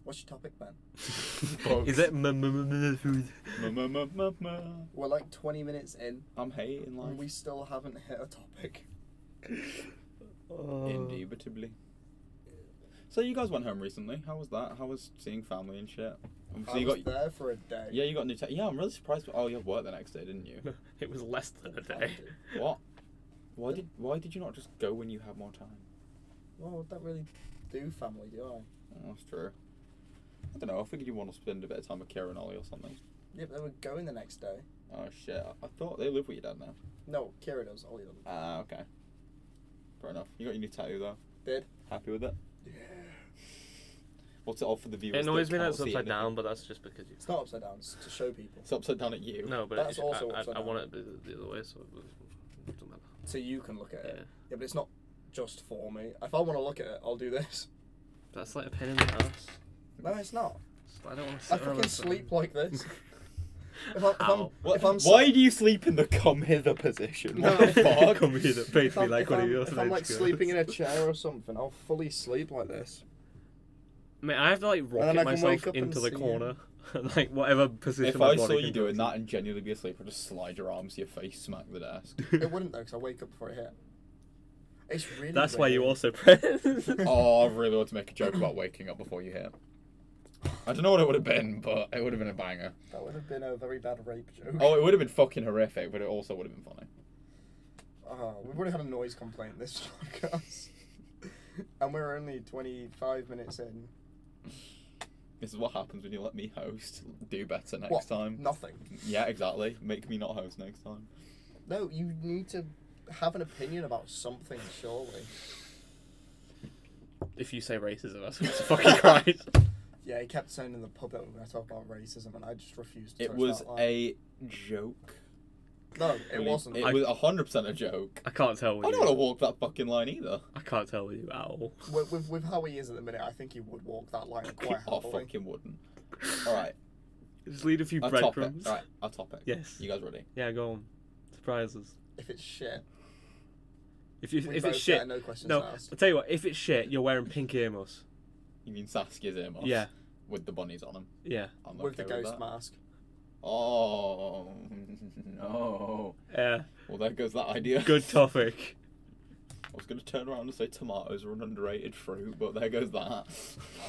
S3: What's your topic, Ben?
S1: Is it m- m- m- food?
S2: I'm
S3: We're like 20 minutes in,
S2: hating
S3: and we
S2: life.
S3: still haven't hit a topic.
S1: Uh,
S2: Indubitably. So you guys went home recently. How was that? How was seeing family and shit?
S3: I
S2: Obviously, Um, you
S3: was
S2: got
S3: there for a day.
S2: yeah, you got new. Te- yeah, I'm really surprised. Oh, you had work the next day,
S1: (laughs)
S2: didn't you?
S1: It was less than a day.
S2: What? Why did why did you not just go when you had more time?
S3: Well, I don't really do family, do I?
S2: Oh, that's true. I don't know. I figured you want to spend a bit of time with Karen Ollie or something.
S3: Yeah, but they were going the next day.
S2: Oh shit! I thought they live with your dad now.
S3: No, Kira does, Ollie doesn't.
S2: Ah, okay. Fair enough. You got your new tattoo though.
S3: Did.
S2: Happy with it? What's it all for the
S1: It
S2: viewers?
S1: annoys
S2: that
S1: me that
S2: can't
S1: it's
S2: see
S1: upside
S2: anything?
S1: down, but that's just because you.
S3: It's not upside down, it's to show people.
S2: It's upside down at you.
S1: No, but
S3: That's
S1: it's,
S3: also
S1: I, I,
S3: upside
S1: I
S3: down.
S1: want it to be the- the other way, so it doesn't matter.
S3: So you can look at it.
S1: Yeah.
S3: Yeah, but it's not just for me. If I want to look at it, I'll do this.
S2: (laughs)
S1: That's like a pain in the ass.
S3: No, it's not.
S1: It's like I don't want to
S3: I
S1: sit around
S3: fucking
S1: and-
S3: sleep
S1: (laughs)
S3: like this. If I'm, if I'm,
S1: Ow.
S2: What,
S3: if I'm
S2: why do you sleep in the come hither position? What
S3: No. (laughs)
S2: the fuck?
S1: Come here, that paid
S3: I'm-
S1: me like
S3: if
S1: one of
S3: I'm-
S1: your
S3: if I'm like
S1: snakes goes.
S3: sleeping
S1: (laughs)
S3: in a chair or something, I'll fully sleep like this.
S1: (laughs) Mate, I have to like
S3: then I
S1: rocket
S3: can
S1: myself
S3: wake up and
S1: into the
S3: see
S1: corner. (laughs) like whatever position.
S2: If
S1: my
S2: I
S1: body
S2: saw
S1: can
S2: you
S1: go
S2: doing
S1: to.
S2: that and genuinely be asleep, I'd just slide your arms to your face, smack the desk.
S1: (laughs)
S10: It wouldn't though, because I wake up before it hit. It's really.
S1: That's why you
S10: weird.
S1: also press. (laughs)
S3: (laughs)
S2: oh, I really want to make a joke about waking up before you hit. I don't know what it would have been, but it would have been a banger.
S3: That would have been a very bad rape joke.
S2: Oh, it would have been fucking horrific, but it also would have been funny.
S3: Oh, we would have had a noise complaint this podcast. and we're only 25 minutes in.
S2: This is what happens when you let me host. Do better next
S3: What?
S2: time.
S3: Nothing.
S2: Yeah, exactly. Make me not host next time.
S10: No, you need to have an opinion about something, surely.
S1: if you say racism, that's
S3: (laughs)
S1: what's fucking Christ.
S3: Yeah, he kept saying in the pub that we were going to talk about racism, and I just refused to.
S2: It
S3: touch
S2: was
S3: that line.
S2: a joke.
S3: No, it wasn't.
S2: It
S1: I-
S2: was hundred percent a joke.
S1: I can't tell
S2: I
S1: with
S2: don't
S1: you.
S2: want to walk that fucking line either.
S1: I can't tell with you at all.
S3: With, with, with how he is at the minute, I think he would walk that line
S2: (laughs)
S3: quite
S2: I
S3: happily.
S2: Oh, fucking wouldn't. All right,
S1: (laughs) Just lead a few
S2: our topic.
S1: breadcrumbs.
S2: All right, our topic.
S1: Yes.
S2: You guys ready?
S1: Yeah, go on. Surprise us.
S3: If it's shit.
S1: If you,
S3: We
S1: if
S3: both
S1: it's shit,
S3: get no questions
S1: no.
S3: asked.
S1: I'll tell you what. If it's shit, you're wearing pink earmuffs.
S2: You mean Saskia's earmuffs?
S1: Yeah,
S2: With the bunnies on them.
S1: yeah.
S2: I'm
S3: With the
S2: okay
S3: ghost
S2: that.
S3: mask.
S2: Oh (laughs) no!
S1: Yeah.
S2: Well, there goes that idea.
S1: Uh, Good (laughs) topic.
S2: I was gonna turn around and say tomatoes are an underrated fruit, but there goes that.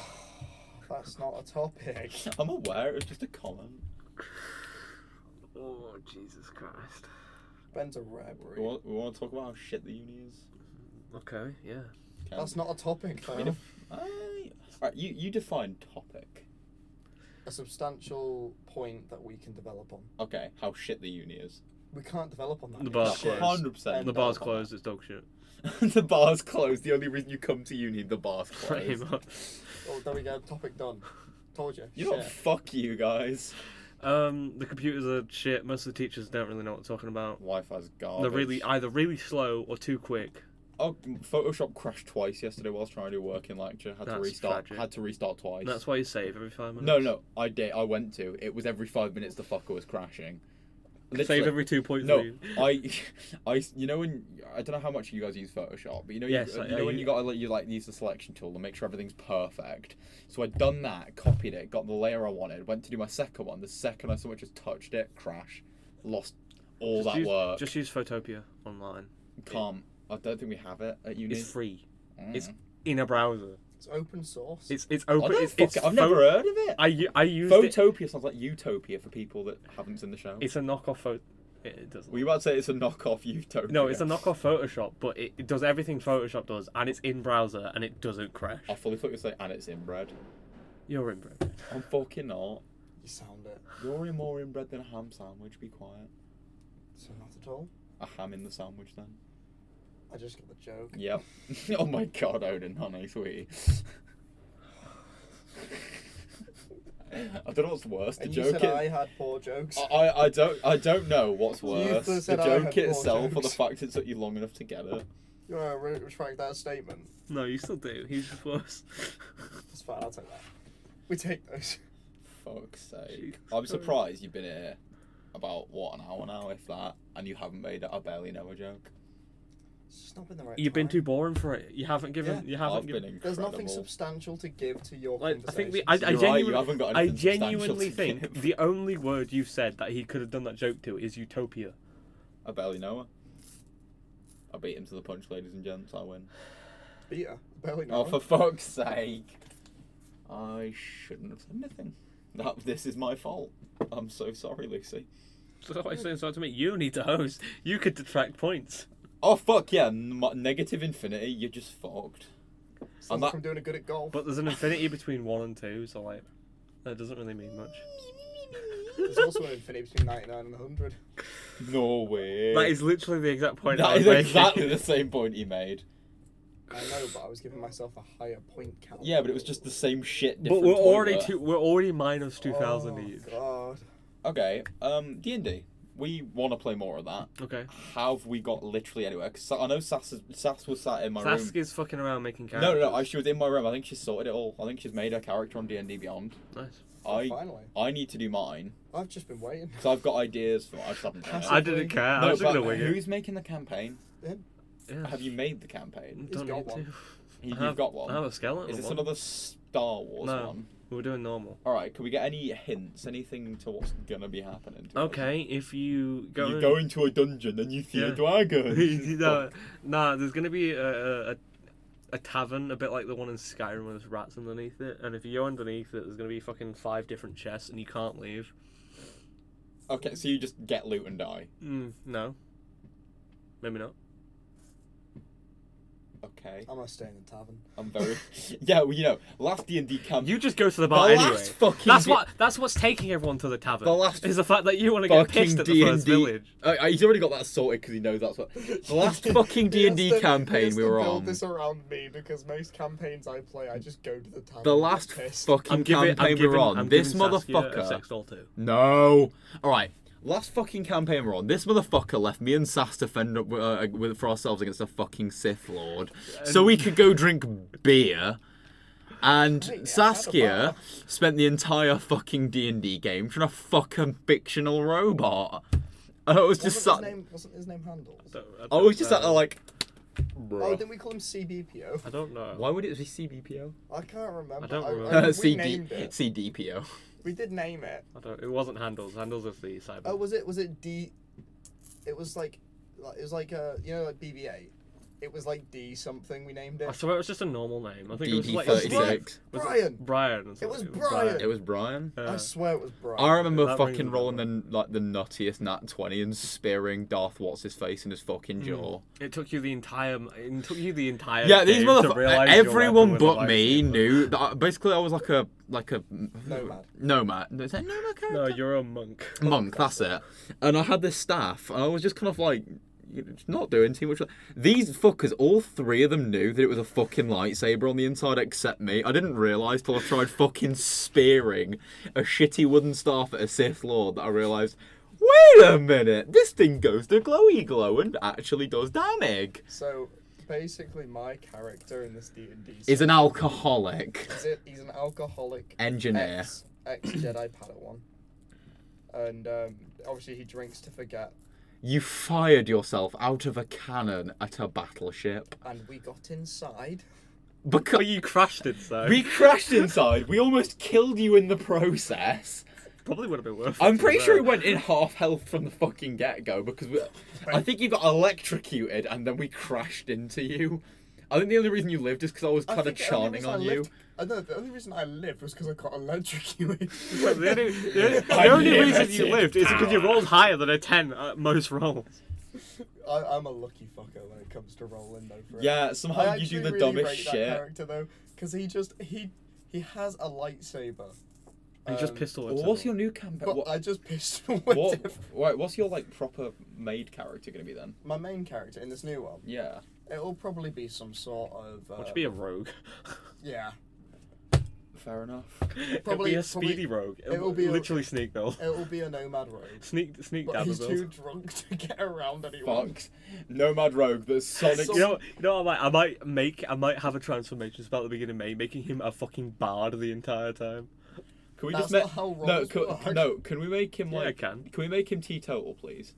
S2: (laughs)
S3: That's not a topic. (laughs)
S2: I'm aware it was just a comment.
S1: Oh Jesus Christ.
S3: Ben's a
S2: We
S3: reverie.
S2: want, we want to talk about how shit the uni is.
S1: Okay. Yeah.
S2: Can-
S3: That's not a topic,
S2: You
S3: though.
S2: def- I- Alright, you, you define topic.
S3: A substantial point that we can develop on.
S2: Okay, how shit the uni is.
S3: We can't develop on that.
S1: The
S3: because
S1: bar's
S3: shit.
S1: closed.
S2: Hundred percent.
S1: The bar's closed. It's dog shit.
S2: (laughs) the bar's closed. The only reason you come to uni, the bar's
S1: Pretty
S2: closed.
S1: much.
S3: Oh, there we go. Topic done. Told you.
S2: You don't
S3: Shit.
S2: fuck you guys.
S1: Um, the computers are shit. Most of the teachers don't really know what they're talking about.
S2: Wi-Fi's garbage.
S1: They're really either really slow or too quick.
S2: Oh, Photoshop crashed twice yesterday whilst trying to do work in lecture. Had to
S1: That's
S2: restart.
S1: tragic.
S2: Had to restart twice.
S1: And that's why you save every five minutes.
S2: No, no, I did. I went to. It was every five minutes the fucker was crashing.
S1: Save
S2: Literally.
S1: every two point
S2: No,
S1: three.
S2: I, (laughs) I, you know when I don't know how much you guys use Photoshop, but you know, you-
S1: Yes,
S2: you,
S1: I-
S2: know
S1: I
S2: when
S1: u-
S2: you gotta like, you like use the selection tool and make sure everything's perfect. So I'd done that, copied it, got the layer I wanted, went to do my second one. The second I so much as touched it, crash, lost all
S1: just
S2: that
S1: use,
S2: work.
S1: Just use Photopia online.
S2: Can't. I don't think we have it at uni.
S1: It's free.
S2: Mm.
S1: It's in a browser.
S3: It's open source.
S1: It's it's
S2: I
S1: open.
S2: don't
S1: It's,
S2: fuck
S1: it's
S2: it, I've
S1: pho-
S2: never heard of it.
S1: I u- I used it.
S2: Photopia sounds like utopia for people that haven't seen the show.
S1: It's a knockoff. Pho- it, it doesn't.
S2: Were you about to say it's a knockoff Utopia?
S1: no, it's a knockoff Photoshop, but it, it does everything Photoshop does, and it's in browser, and it doesn't crash.
S2: I fully thought you were saying, and it's inbred.
S1: You're inbred.
S2: I'm fucking not.
S3: You sound it.
S2: You're in more inbred than a ham sandwich, be quiet.
S3: So not at all.
S2: A ham in the sandwich then?
S3: I just got the joke.
S2: Yep. (laughs) oh my god, Odin, honey, sweetie. I don't know what's worse. The
S3: and you
S2: joke
S3: said
S2: is.
S3: I had poor jokes.
S1: Uh,
S2: I, I, I don't I don't know what's
S3: You
S2: worse.
S3: first
S2: The
S3: said I
S2: joke
S3: had more
S2: itself or the
S3: jokes.
S2: fact it took you long enough to get it.
S3: you want to re- retract that statement?
S1: No, you still do. He's just worse.
S3: That's fine. I'll take that. We take those.
S2: Fuck's sake.
S1: Jesus
S2: I'm
S1: Christ.
S2: surprised you've been here about what an hour now, if that, and you haven't made it. I barely know a joke.
S3: It's just not been the right.
S1: (laughs) You've been too
S3: time.
S1: boring for it. You haven't given.
S3: Yeah,
S1: you haven't
S2: I've
S1: given.
S2: been incredible.
S3: There's nothing substantial to give to your
S1: Like, I think
S3: conversation.
S1: the, I, I
S2: You're right, you
S1: genuinely,
S2: haven't got
S1: I
S2: anything substantial
S1: genuinely
S2: to
S1: think
S2: give.
S1: the only word you've said that he could have done that joke to is utopia.
S2: I barely know her. I beat him to the punch, ladies and gents. I win.
S3: Peter, barely
S2: Oh,
S3: know.
S2: for fuck's sake! I shouldn't have said anything. That this is my fault. I'm so sorry, Lucy.
S1: So that's why I said it's not to me. You need to host. You could detract points.
S2: Oh fuck yeah! n- m- Negative infinity. You're just
S1: (laughs)
S2: fucked.
S3: Sounds
S2: I'm
S3: like
S2: not-
S3: I'm doing a good at golf.
S1: But there's an infinity between one and two, so like that doesn't really mean much.
S3: There's also an infinity between 99 and 100.
S2: No way.
S1: That is literally the exact point. I
S2: That
S1: was
S2: is
S1: making.
S2: exactly the same point he made.
S3: I know, but I was giving myself a higher point count.
S2: Yeah, but it was just the same shit.
S1: (laughs) But
S2: different
S1: we're
S2: toy
S1: already
S2: worth.
S1: two. We're already minus two thousand
S3: oh,
S1: each.
S3: God.
S2: Okay. Um, D and D. We want to play more of that.
S1: Okay.
S2: Have we got literally anywhere? Because I know Sass, is, Sass was sat in my room.
S1: Sask is fucking around making
S2: No,
S1: characters.
S2: no, no. I, she was in my room. I think she's sorted it all. I think she's made her character on D and D Beyond.
S1: Nice.
S2: I
S3: Finally.
S2: I need to do mine
S3: I've just been waiting. (laughs)
S2: because I've got ideas for. I just haven't done it.
S1: I didn't care. (laughs)
S2: No,
S1: I was just
S2: but
S1: gonna wing it.
S2: who's making the campaign?
S1: Yeah.
S2: Have you made the campaign?
S1: (sighs) Don't
S3: got
S1: need
S3: one.
S1: to.
S2: You,
S1: I
S2: you've
S1: have-
S2: got
S1: I have
S2: one.
S1: a skeleton.
S2: Is this
S1: one.
S2: another Star Wars
S1: No.
S2: one?
S1: We were doing normal.
S11: All right, can we get any hints, anything to what's gonna be happening? to us?
S1: Okay, if you go.
S11: you
S1: in- (laughs)
S11: go into a dungeon and you see
S1: Yeah.
S11: a
S2: (laughs)
S11: dragon.
S1: no, nah, there's gonna be a, a a tavern, a bit like the one in Skyrim with rats underneath it. And if you go underneath it, there's gonna be fucking five different chests, and you can't leave.
S11: Oh, Okay, so you just get loot and die.
S1: Mm, no, maybe not.
S11: Okay,
S3: I'm gonna stay in the tavern.
S11: I'm very. (laughs) yeah, well, you know, last D and D camp.
S1: You just go to the bar
S11: the
S1: anyway.
S11: last fucking.
S1: That's
S11: D-
S1: what that's what's taking everyone to the tavern.
S11: The last
S1: is the fact that you want to get
S11: fucking
S1: pissed at the
S2: D&D.
S1: 1st village.
S11: Uh, uh, he's already got that sorted because he knows that's what. The
S3: (laughs)
S11: last. (laughs)
S2: fucking D and
S3: He
S2: D
S3: has to- he
S2: campaign
S3: has
S2: we
S3: to
S2: were
S3: build
S2: on.
S3: this around me because most campaigns I play, I just go to the tavern.
S2: The
S3: and
S2: last
S3: get pissed.
S2: fucking
S1: I'm giving.
S2: campaign
S1: I'm
S2: we
S1: giving.
S2: were on.
S1: I'm
S2: this
S1: giving Saskia a
S2: motherfucker.
S1: sex doll too.
S2: No. All right. Last fucking campaign we're on, this motherfucker left me and Sass to fend up uh, with, for ourselves against a fucking Sith Lord, so we could go drink beer. And Saskia spent the entire fucking D and D game trying to fuck a fictional robot, and I was just
S3: wasn't
S2: sat.
S3: his name, wasn't his name Handles?
S2: I was just sat there like,
S3: Oh,
S2: bruh.
S3: didn't we call him CBPO?
S1: I don't know.
S2: Why would it be CBPO?
S3: I can't remember.
S1: I don't remember.
S2: (laughs)
S3: I, we
S2: CD
S3: named it.
S2: CDPO.
S3: We did name it.
S1: I don't, it wasn't handles. Handles is the cyber.
S3: Oh, was it? Was it D? It was like, like it was like uh, you know, like BB-8. It was like D something. We named
S1: I
S3: it.
S1: swear it was just a normal name. I think it was
S2: DD
S1: like
S2: thirty six.
S1: was it
S3: Brian.
S1: Brian. or something.
S3: was
S2: It was Brian.
S1: Yeah.
S3: I swear it was Brian.
S2: I remember
S1: that rings a
S2: fucking
S1: bell.
S2: rolling the like the nuttiest nat twenty and spearing Darth Watts' face in his
S1: Hmm.
S2: fucking jaw.
S1: It took you the entire. It took you the entire.
S2: Yeah, these
S1: game to
S2: motherfuckers.
S1: realize your
S2: Everyone
S1: weapon was
S2: but
S1: a
S2: me
S1: lightsaber.
S2: knew that. I- basically, I was like a like a
S3: Nomad.
S2: Nomad. No, is that nomad character?
S1: No, you're a monk. (laughs)
S2: monk. That's it. And I had this staff, and I was just kind of like. you know, Not doing too much. These fuckers, all three of them knew that it was a fucking lightsaber on the inside, except me. I didn't realise till I tried fucking spearing a shitty wooden staff at a Sith Lord that I realised, wait a minute, this thing goes to glowy glow and actually does damage.
S3: So basically, my character in this D and D
S2: Is an alcoholic
S3: he's an alcoholic
S2: engineer.
S3: ex ex Jedi Padawan, and um, obviously he drinks to forget.
S2: You fired yourself out of a cannon at a battleship
S3: And we got inside.
S1: But
S2: because
S1: you crashed it, so
S2: we crashed inside. We almost killed you in the process.
S1: probably would have been worth.
S2: I'm
S1: it,
S2: pretty
S1: but-
S2: sure it went in half health from the fucking get go because we, I think you got electrocuted and then we crashed into you. I think the only reason you lived is because I was
S3: I
S2: kind of
S3: think the only
S2: chanting
S3: reason I
S2: on you.
S3: lived- I know the only reason I lived was because I got electrocuted.
S1: The only,
S3: (laughs)
S1: the only- the
S2: I'm
S1: only reason
S2: limited
S1: you lived is because you rolled higher than a ten at most rolls.
S3: I, I'm a lucky fucker when it comes to rolling though. For it.
S11: Yeah, somehow
S3: I
S11: you do
S3: actually
S11: the
S3: really
S11: dumbest
S3: rate
S11: shit.
S3: That character though, because he just he he has a lightsaber.
S1: You just
S3: Um,
S1: pistol
S2: Well,
S1: whipped
S2: what's your
S1: everyone.
S2: new campaign?
S3: But
S2: What,
S3: I just pissed (laughs) away.
S11: What?
S3: diff-
S11: Right, what's your like proper maid character gonna be then?
S3: My main character in this new one,
S11: Yeah.
S3: it'll probably be some sort of. Uh,
S1: Would you be a rogue? (laughs)
S3: yeah,
S11: Fair enough.
S1: It'll
S3: Probably-
S1: be a speedy
S3: probably-
S1: rogue. It'll,
S3: it'll be a- (laughs)
S1: literally sneak though.
S3: it'll be a nomad
S11: (laughs)
S3: rogue.
S1: Sneak, sneak,
S3: But he's
S1: Dabblebill.
S3: too drunk to get around anyone.
S11: Fucks. Nomad rogue. The Sonic.
S1: (laughs) You know, you know, I might, I might make, I might have a transformation spell at the beginning of May, making him a fucking bard the entire time. (laughs)
S11: can we
S3: That's
S11: just make?
S3: not how
S11: No,
S3: roles
S11: can,
S3: work.
S11: no. Can we make him
S1: Yeah, I
S11: like?
S1: can.
S11: we make him teetotal, please?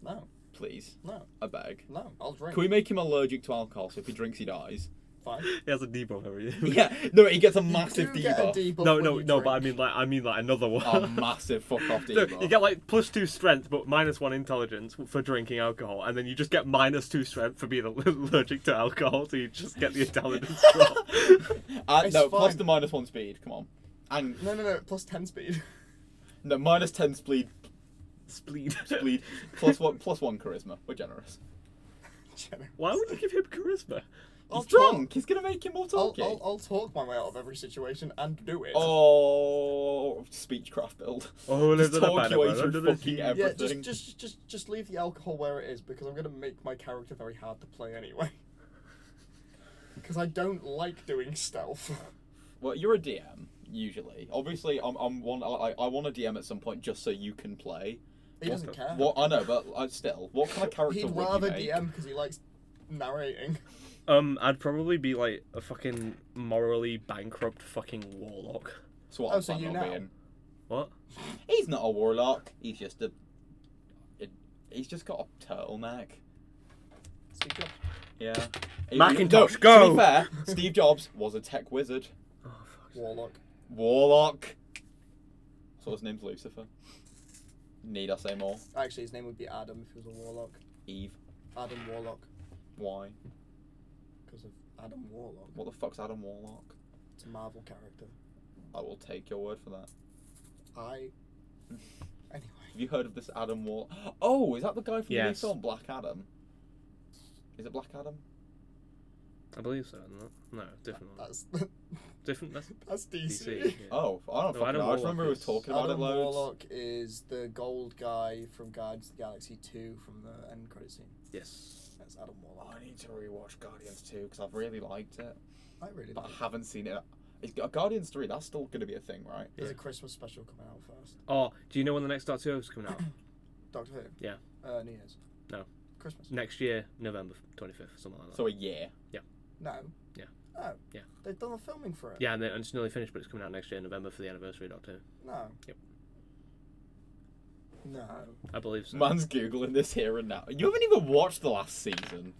S3: No,
S11: Please,
S3: no,
S11: I beg.
S3: no. I'll drink.
S11: Can we make him allergic to alcohol? So if he drinks, he
S3: (laughs)
S11: dies.
S3: Fine.
S1: He has a debuff every year.
S11: Yeah. No, he gets a
S3: You
S11: massive
S3: do get a
S11: debuff.
S1: (laughs)
S3: debuff
S1: No,
S3: when Oh
S1: no,
S3: you
S1: no. But I
S3: drink.
S1: mean, like, I mean, like another one.
S11: A
S1: (laughs)
S11: massive fuck off
S1: So
S11: debuff.
S1: you
S3: (laughs)
S1: get like plus two strength, but minus one intelligence for drinking alcohol, and then you just get minus two strength for being (laughs) al- allergic to alcohol, so you just get
S11: (laughs)
S1: the intelligence drop.
S11: (laughs) Uh,
S3: It's
S11: no, plus
S3: fine.
S11: the minus one speed. Come on. And
S3: No, no, no. Plus ten speed. (laughs)
S11: no, minus ten speed.
S1: (laughs) Spleen.
S11: Bleed. Plus one. Plus one charisma. We're generous.
S3: Generous.
S1: Why would you give him charisma?
S11: He's
S3: I'll
S11: drunk. He's gonna make him more
S3: I'll,
S11: talky.
S3: I'll, I'll talk my way out of every situation and do it.
S11: Oh, speechcraft build.
S1: Oh,
S11: Just
S1: lives in a
S11: talk
S1: banner
S11: your way
S1: man, under
S11: through
S1: the
S11: fucking
S1: sea.
S3: yeah,
S11: everything.
S3: just, just just just leave the alcohol where it is because I'm gonna make my character very hard to play anyway. (laughs) Because I don't like doing stealth. (laughs)
S11: Well, you're a DM usually. Obviously, I'm, I'm one. I, I want a DM at some point just so you can play.
S3: He
S11: What-
S3: doesn't care.
S11: What I know, but uh, still, what kind of character
S3: He'd
S11: would
S3: rather
S11: you make?
S3: DM because he likes narrating. (laughs)
S1: Um, I'd probably be like a fucking morally bankrupt fucking warlock.
S11: That's what
S3: Oh,
S11: I'm
S3: so
S11: planning
S3: you
S11: on
S3: know.
S11: being.
S1: What?
S11: He's not a warlock. He's just a. it- He's just got a turtleneck.
S3: Speak up.
S11: Yeah. He-
S1: Macintosh,
S11: no,
S1: go!
S11: To be fair, Steve Jobs was a tech wizard.
S1: Oh, fuck.
S3: Warlock.
S2: Warlock. So his name's Lucifer. Need I say more?
S3: Actually, his name would be Adam if he was a warlock.
S2: Eve.
S3: Adam Warlock,
S2: Why?
S3: because of Adam Warlock.
S2: What the fuck's Adam Warlock?
S3: It's a Marvel character.
S2: I will take your word for that.
S3: I. Anyway,
S2: Have you heard of this Adam Warlock? Oh, is that the guy from the new
S1: Yes.
S2: film Black Adam? Is it Black Adam?
S1: I believe so. isn't it? No, different one.
S3: that's (laughs)
S11: (laughs)
S1: Different. That's
S3: that's DC. (laughs)
S1: DC. yeah.
S2: Oh, I don't
S1: No, Adam
S2: fucking know. I just
S1: Warlock
S2: remember we were
S1: is-
S2: talking about
S3: Adam
S2: it loads.
S3: Warlock is the gold guy from Guardians of the Galaxy 2 from the end credit scene.
S1: Yes.
S3: That's Adam Warlock.
S2: I need to rewatch Guardians 2 because I've really liked it,
S3: I really
S2: but
S3: like
S2: I
S3: it.
S2: haven't seen it. It's Gu- Guardians 3, that's still going to be a thing, right?
S3: There's a Christmas special coming out first.
S1: Oh, do you know when the next Doctor Who is
S11: (clears throat)
S1: coming out?
S3: Doctor Who?
S1: Yeah.
S3: Uh, New Year's?
S1: No.
S3: Christmas?
S1: next year, November twenty fifth, something like that.
S2: So a year.
S3: No.
S1: Yeah.
S3: No.
S1: Yeah.
S3: They've done the filming for it.
S1: yeah, and, then, and it's nearly finished, but it's coming out next year, in November for the anniversary of Doctor. Who.
S3: No.
S1: Yep.
S3: No.
S1: I believe so.
S2: Man's Googling this here and now. You haven't even watched the last season.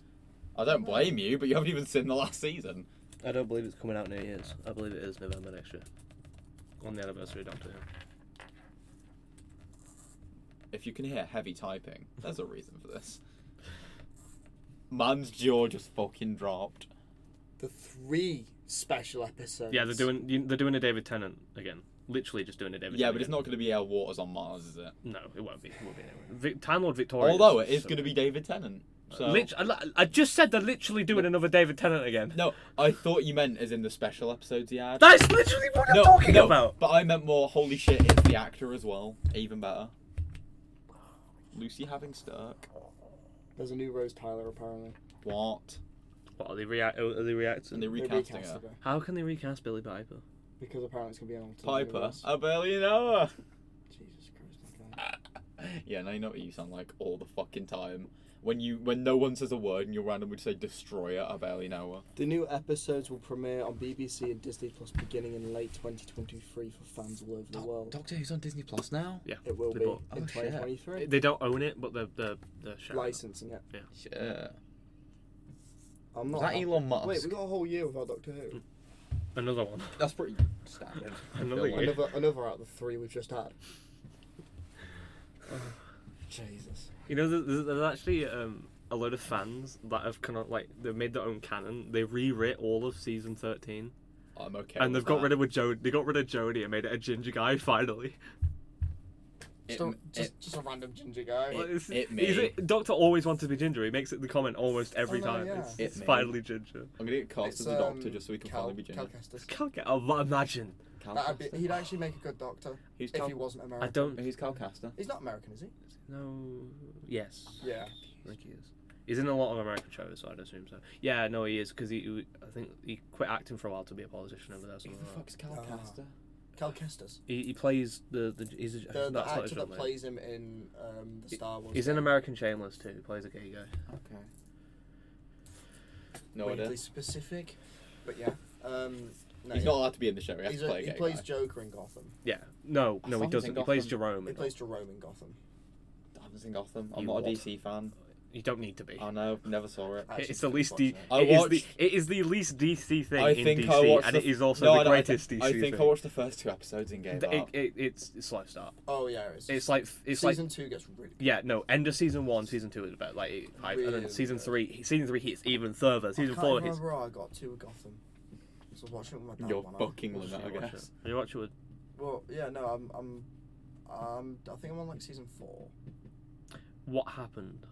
S2: I don't blame you, but you haven't even seen the last season.
S1: I don't believe it's coming out New Year's. I believe it is November next year, on the anniversary of Doctor Who.
S2: If you can hear heavy typing, there's a reason for this. Man's jaw just fucking dropped.
S3: The three special episodes.
S1: Yeah, they're doing you- they're doing a David Tennant again. Literally just doing a David.
S2: Yeah,
S1: Tennant
S2: but it's not going to be our waters on Mars, is it?
S1: No, it won't be. It won't be anywhere. Vic- Time Lord Victoria.
S2: Although it is going to be David Tennant.
S12: Uh,
S2: So
S1: Lit- I, li- I just said they're literally doing another David Tennant again.
S2: no, I thought you meant as in the special episodes he had.
S1: That's literally what I'm
S2: no,
S1: talking
S2: no,
S1: about.
S2: But I meant more. Holy shit! It's the actor as well. Even better. Lucy having Stark.
S3: There's a new Rose Tyler apparently.
S2: What?
S1: What are they react? Are they reacting?
S2: And they
S3: They
S2: recasting her.
S3: recasted her
S1: How can they recast Billy Piper?
S3: because apparently it's gonna be an alternate
S2: Piper,
S3: universe.
S1: Uh,
S2: I barely know
S3: Jesus Christ. Okay.
S2: her. (laughs) Yeah, now you know what you sound like all the fucking time. When you when no one says a word and you randomly say destroyer, I barely know her.
S3: The new episodes will premiere on BBC and Disney Plus beginning in late 2023 for fans all over the world.
S12: Doctor Who's on Disney Plus now.
S1: Yeah,
S3: It will
S1: they
S3: be
S1: bought-
S3: in
S12: Oh, shit.
S3: 2023.
S1: They don't own it, but they're they're, they're sharing it.
S3: Licensing it.
S12: Shit.
S3: I'm
S12: Was
S3: not.
S12: that
S3: happy.
S12: Elon Musk?
S13: Wait, we got a whole year without Doctor Who.
S1: Another one.
S2: That's pretty standard. I feel
S1: Another
S2: like.
S1: year.
S3: Another, another out of the three we've
S2: (sighs)
S3: just had. Jesus.
S1: You know, there's- there's, there's actually um, a lot of fans that have kind of like they've made their own canon. They rewrit all of season thirteen,
S2: I'm okay.
S1: and they've got rid of with Jod. They got rid of Jodie and made it a ginger guy (laughs) finally.
S2: It,
S3: Just, a, just,
S2: it-
S3: just a random ginger guy.
S1: Like, it's-
S2: it
S1: he's
S2: me.
S1: a- Doctor always wanted to be ginger. He makes it the comment almost every
S3: Oh, no,
S1: time.
S3: yeah.
S1: It's,
S2: It
S1: it's
S2: me.
S1: finally ginger.
S2: I'm gonna get cast
S3: It's,
S2: as a doctor
S3: um,
S2: just so we can
S3: Cal-
S2: finally be ginger.
S3: Cal Kestis.
S1: Cal Ca- oh, imagine.
S2: Cal
S3: That'd be-
S2: Caster?
S3: he'd actually make a good doctor
S2: Who's
S3: if
S2: Cal?
S3: he wasn't
S1: I
S3: American.
S1: don't.
S2: Who's Cal Caster?
S3: He's not American, is he?
S1: No. Yes.
S3: Yeah.
S1: I think he is. He's in a lot of American shows, so I'd assume so. Yeah, no, he is because he, he- I think he quit acting for a while to be a politician over there.
S2: Who
S1: somewhere
S2: the
S1: like that.
S2: fuck's Cal
S3: Ah.
S2: Caster?
S3: Cal Kestis.
S1: He, he plays the the he's a,
S3: The, the
S1: that's not
S3: actor
S1: his
S3: that
S1: real name.
S3: plays him in um, the Star Wars.
S1: He's in
S3: game.
S1: American Shameless too. He plays a gay guy.
S2: Okay. No
S3: Weirdly
S2: idea.
S3: specific, but yeah. Um, no,
S2: He's
S3: he-
S2: not allowed to be in the show. He has
S3: he's
S2: to
S3: a-
S2: play a
S3: he
S2: gay
S3: plays
S2: guy.
S3: Joker in Gotham.
S1: Yeah. No,
S2: I
S1: no, he
S2: fucking
S1: doesn't. He
S2: got
S1: plays
S2: them.
S1: Jerome.
S3: He
S1: in
S3: plays Jerome in Gotham.
S2: I haven't seen Gotham. I'm
S1: You
S2: not a
S1: what?
S2: DC fan.
S1: it. You don't need to be.
S2: I know. Never saw it.
S3: Oh, Actually,
S1: it's the least D.
S3: unfortunate.
S2: I
S1: it is the,
S2: watched-
S1: it is the least DC thing
S2: I
S1: in
S2: think
S1: DC,
S2: I watched.
S1: and
S2: the...
S1: it is also
S2: no, I
S1: the
S2: know, I thi-
S1: greatest DC
S2: I think
S1: thing.
S2: I watched the first two episodes and gave
S1: Th- it,
S2: up.
S1: it, it's it's slow start.
S3: Oh yeah, it's,
S1: It's like it's
S3: season
S1: like
S3: two gets really.
S1: yeah no end of season one. Season two is better. Like it- I, and
S3: Really
S1: then season
S3: good.
S1: three season three hits even further. (laughs)
S3: I
S1: Season
S3: can't
S1: four hits.
S3: remember how I got to with Gotham. So watching it with my dad.
S2: You're
S3: one night.
S2: fucking
S1: You
S2: limit, I
S1: watch
S2: guess.
S1: it. You watch it with
S3: Well, yeah, no, I'm, I'm, um, I think I'm on like season four.
S1: what happened.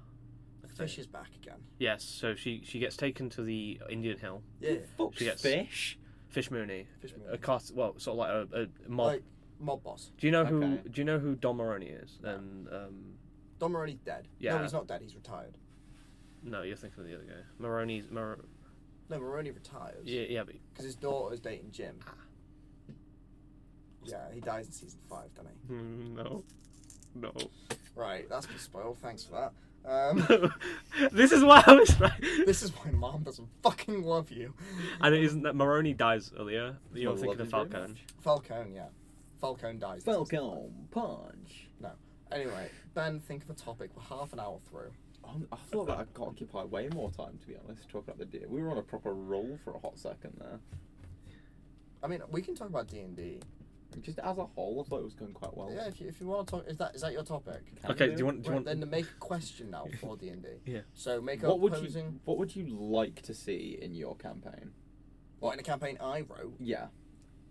S1: Okay.
S3: Fish is back again.
S1: Yes, so she she gets taken to the Indian Hill.
S3: Yeah,
S2: Fuck
S1: She gets-
S2: fish.
S1: Fish Mooney,
S3: Fish Mooney.
S1: a class, well, sort of like a, a mob.
S3: like mob boss.
S1: do you know who?
S2: Okay.
S1: Do you know who Don Maroney is? And um,
S3: Don Maroney's dead. no,
S1: Yeah.
S3: he's not dead. He's retired.
S1: no, you're thinking of the other guy. Maroney's Mar-
S3: No, Maroney retires
S1: yeah, yeah, but
S3: because his daughter's dating Jim.
S2: Ah.
S3: Yeah, he dies in season five, doesn't he?
S1: Mm, no, no. (laughs)
S3: Right, that's been spoiled. Thanks for that. Um,
S2: (laughs)
S1: this is why I was right.
S3: this is why mom doesn't fucking love you.
S1: (laughs) And it isn't that Maroney dies earlier. You're
S2: I love
S1: thinking of
S2: him very
S1: Falcone.
S2: much.
S3: Falcone, yeah, Falcone dies.
S2: Falcone punch.
S3: Anyway, Ben, think of a topic. We're half an hour through.
S2: Um, I thought that I could occupy way more time, to be honest, talking about the deer. We were on a proper roll for a hot second there.
S3: I mean, we can talk about D and D.
S2: Just as a whole, I thought it was going quite well.
S3: Yeah, if you, if you want to talk, is that is that your topic?
S2: Can
S1: Okay, do you want? Do you
S3: Right,
S1: want?
S3: then to make a question now for
S2: (laughs)
S3: D and D.
S1: Yeah.
S3: So make a
S2: What would
S3: posing.
S2: you What would you like to see in your campaign?
S3: What in a campaign I wrote?
S2: Yeah,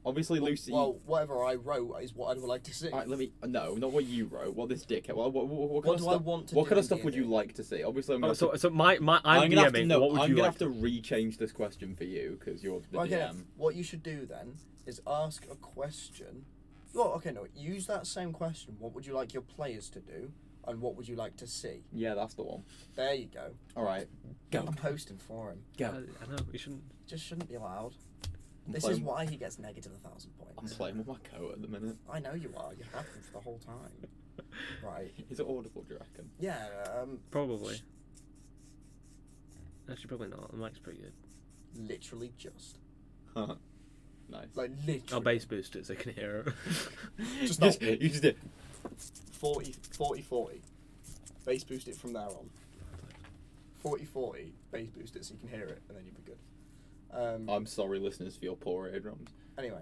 S2: obviously, Lucy.
S3: Well, whatever I wrote is what I would like to see.
S2: Alright, let me. No, not what you wrote. What this dickhead. What, what, what, what,
S3: What
S2: kind
S3: do
S2: of
S3: I
S2: stuff,
S3: want to
S2: What
S3: do
S2: kind of
S3: in
S2: stuff would you
S3: D&D?
S2: like to see? Obviously, I'm gonna.
S1: Oh,
S2: have
S1: so,
S2: to,
S1: so my my
S2: I'm,
S1: I'm,
S2: gonna have
S1: DMing,
S2: to. No,
S1: what would
S2: I'm
S1: you
S2: gonna
S1: like?
S2: have to rechange this question for you because you're the um,
S3: Okay,
S2: DM.
S3: what you should do then is ask a question. Well, okay, no, use that same question. What would you like your players to do, and what would you like to see?
S2: Yeah, that's the one.
S3: There you go.
S2: All right, go,
S3: I'm posting for him.
S1: I, I
S2: go.
S1: know you shouldn't.
S3: Just shouldn't be allowed.
S2: I'm
S3: This is
S2: playing-
S3: why he gets negative a thousand
S2: I'm
S3: points.
S2: playing with my coat at the minute.
S3: I know you are. You have been for the whole time. Right.
S2: Is it audible? Do you reckon? (laughs)
S3: Yeah. Um.
S1: Probably. Actually, probably not. The mic's pretty good.
S3: Literally just.
S2: nice. (laughs)
S3: Like
S1: I'll
S2: Oh,
S3: literally.
S1: bass boost it so I can hear it.
S3: Just
S2: Just- you just did.
S3: 40, 40, 40. Bass boost it from there on. 40, 40. Bass boost it so you can hear it, and then you'll be good. Um.
S2: I'm sorry, listeners, for your poor eardrums.
S3: Anyway,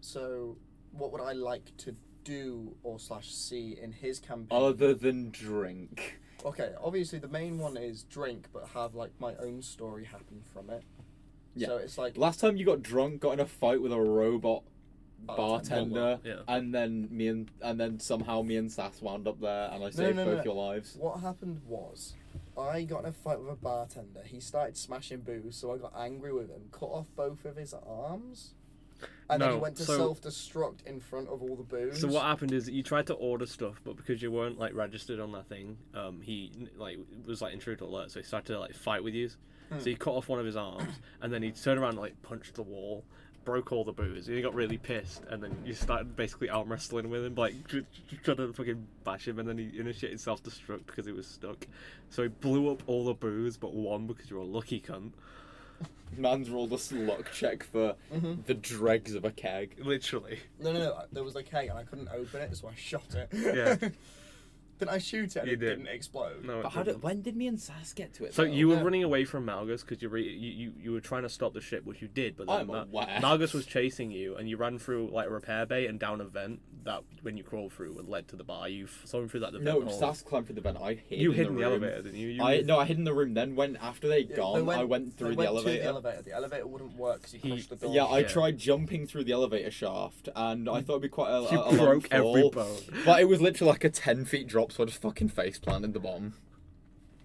S3: so what would I like to do or slash see in his campaign?
S2: Other than drink.
S3: Okay, obviously the main one is drink, but have like my own story happen from it.
S2: Yeah.
S3: So it's like
S2: Last time you got drunk, got in a fight with a robot Oh,
S3: Bartender.
S2: bartender,
S1: Yeah.
S2: and then me and and then somehow me and Sass wound up there, and I saved
S3: no,
S2: both
S3: no.
S2: your lives.
S3: what happened was I got in a fight with a bartender. He started smashing booze, so I got angry with him, cut off both of his arms, and then he
S1: No,
S3: went to
S1: so-
S3: self-destruct in front of all the booze.
S1: so what happened is that you tried to order stuff, but because you weren't like registered on that thing, um, he like was like intruder alert, so he started to like fight with you. So
S2: Hmm.
S1: he cut off one of his arms, and then he turned around and like punched the wall, broke all the booze. And he got really pissed, and then you started basically arm wrestling with him, like tr- tr- trying to fucking bash him, and then he initiated self destruct because he was stuck. So he blew up all the booze, but one because you're a lucky cunt.
S2: Man's rolled a luck check for the dregs of a keg.
S1: Literally.
S3: No, no, no. There was a keg and I couldn't open it, so I shot it.
S1: Yeah.
S3: (laughs) Didn't I shoot it? And
S1: You
S3: it
S1: did.
S3: didn't explode.
S1: No, it
S2: But how
S1: didn't.
S2: did, when did me and Sass get to it?
S1: So
S2: though?
S1: you were
S3: Yeah.
S1: running away from Malgus because you, re- you you you were trying to stop the ship, which you did. But then
S2: I'm aware.
S1: Malgus was chasing you, and you ran through like a repair bay and down a vent that when you crawled through and led to the bar. You f- saw him through that the
S2: No,
S1: vent hole.
S2: Sass climbed through the vent. I hid.
S1: you
S2: in
S1: hid in the,
S2: the room.
S1: elevator, didn't you? you
S2: I no, I hid in the room. Then when after they
S3: Yeah,
S2: gone,
S3: they
S2: I went
S3: they
S2: through
S3: went
S2: the
S3: to
S2: elevator.
S3: the elevator. The elevator wouldn't work because you
S1: He-
S3: pushed the door.
S2: Yeah, I
S1: Yeah.
S2: tried jumping through the elevator shaft, and I thought it'd be quite a,
S1: You
S2: a, a long
S1: broke every
S2: fall,
S1: bone.
S2: But it was literally like a ten feet drop, so I just fucking face planted the bomb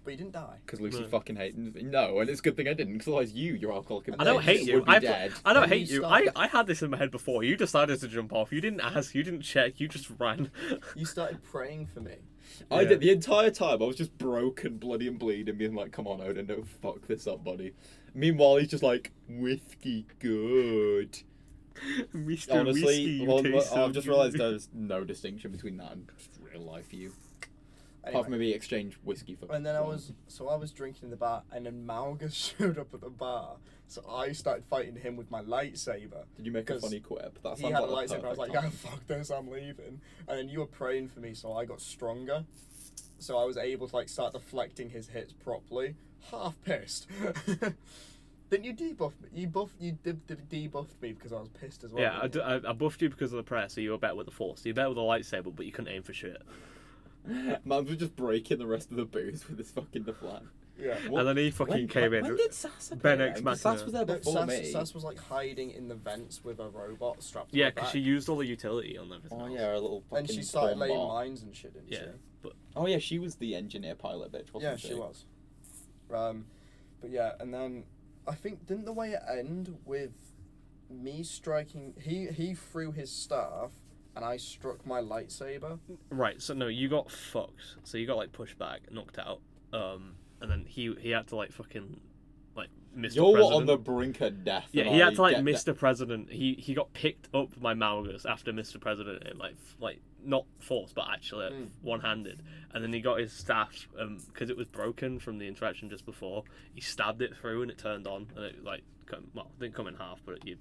S3: But you didn't die.
S2: because Lucy
S1: Right.
S2: fucking hated. me. No, and it's a good thing I didn't, because otherwise you, your alcoholic,
S1: I don't
S2: bitch,
S1: hate you.
S2: Would be
S1: I,
S2: dead.
S1: I don't
S3: And you
S1: hate you. I,
S3: started-
S1: I had this in my head before. You decided to jump off. You didn't ask. You didn't check. You just ran. (laughs)
S3: You started praying for me.
S2: I
S1: Yeah.
S2: did the entire time. I was just broken, bloody and bleeding, being like, "Come on, Odin, don't fuck this up, buddy." Meanwhile, he's just like, "Whiskey good."
S1: Mr. Whiskey,
S2: Honestly,
S1: you
S2: well,
S1: taste so
S2: I've just
S1: good.
S2: uh, realised there's no distinction between that and just real life you. Apart
S3: Anyway,
S2: from maybe exchange whiskey for.
S3: and then I
S2: wine.
S3: was so I was drinking in the bar, and then Malgus (laughs) showed up at the bar. So I started fighting him with my lightsaber.
S2: Did you make a
S3: 'Cause
S2: funny quip? That
S3: He
S2: sounds
S3: had a
S2: like the
S3: lightsaber. I was like,
S2: perfect
S3: "Ah,
S2: time.
S3: fuck this, I'm leaving." And then you were praying for me, so I got stronger. So I was able to like start deflecting his hits properly. Half pissed. (laughs) Didn't you debuff me? You buff, you did, did debuffed me because I was pissed as
S1: (laughs)
S3: well.
S1: Yeah, I,
S3: didn't
S1: d-
S3: you?
S1: I, I buffed you because of the prayer, so you were better with the force. You're better with a lightsaber, but you couldn't aim for shit.
S3: (laughs)
S2: (laughs) Man was just breaking the rest of the booth with his fucking deflect.
S3: yeah.
S1: And then he fucking came in.
S2: Sass
S1: Ben appear? X 'Cause Sass Machina. was
S2: Sass was there
S3: No,
S2: before
S3: Sass,
S2: me.
S3: Sass was like hiding in the vents with a robot strapped. to
S1: Yeah,
S3: her
S1: because
S3: back.
S1: she used all the utility on everything.
S2: Oh
S1: else.
S2: yeah, a little fucking.
S3: And she started
S2: porn
S3: laying
S2: bar.
S3: mines and shit, didn't
S1: Yeah,
S3: she?
S1: but
S2: Oh yeah, she was the engineer pilot bitch, wasn't
S3: Yeah,
S2: she?
S3: she was. Um, but yeah, and then I think didn't the way it end with me striking? He he threw his staff, and I struck my lightsaber.
S1: right. So no, you got fucked. So you got like pushed back, knocked out. Um, and then he he had to like fucking like Mr.
S2: You're
S1: President.
S2: on the brink of death.
S1: yeah,
S2: and
S1: he
S2: I
S1: had to like
S2: get
S1: Mr. President. He he got picked up by Malgus after Mr. President, and, like f- like not forced, but actually
S2: Hmm.
S3: Mm.
S1: one handed. And then he got his staff because it was broken from the interaction just before. He stabbed it through and it turned on, and it like come, well it didn't come in half, but you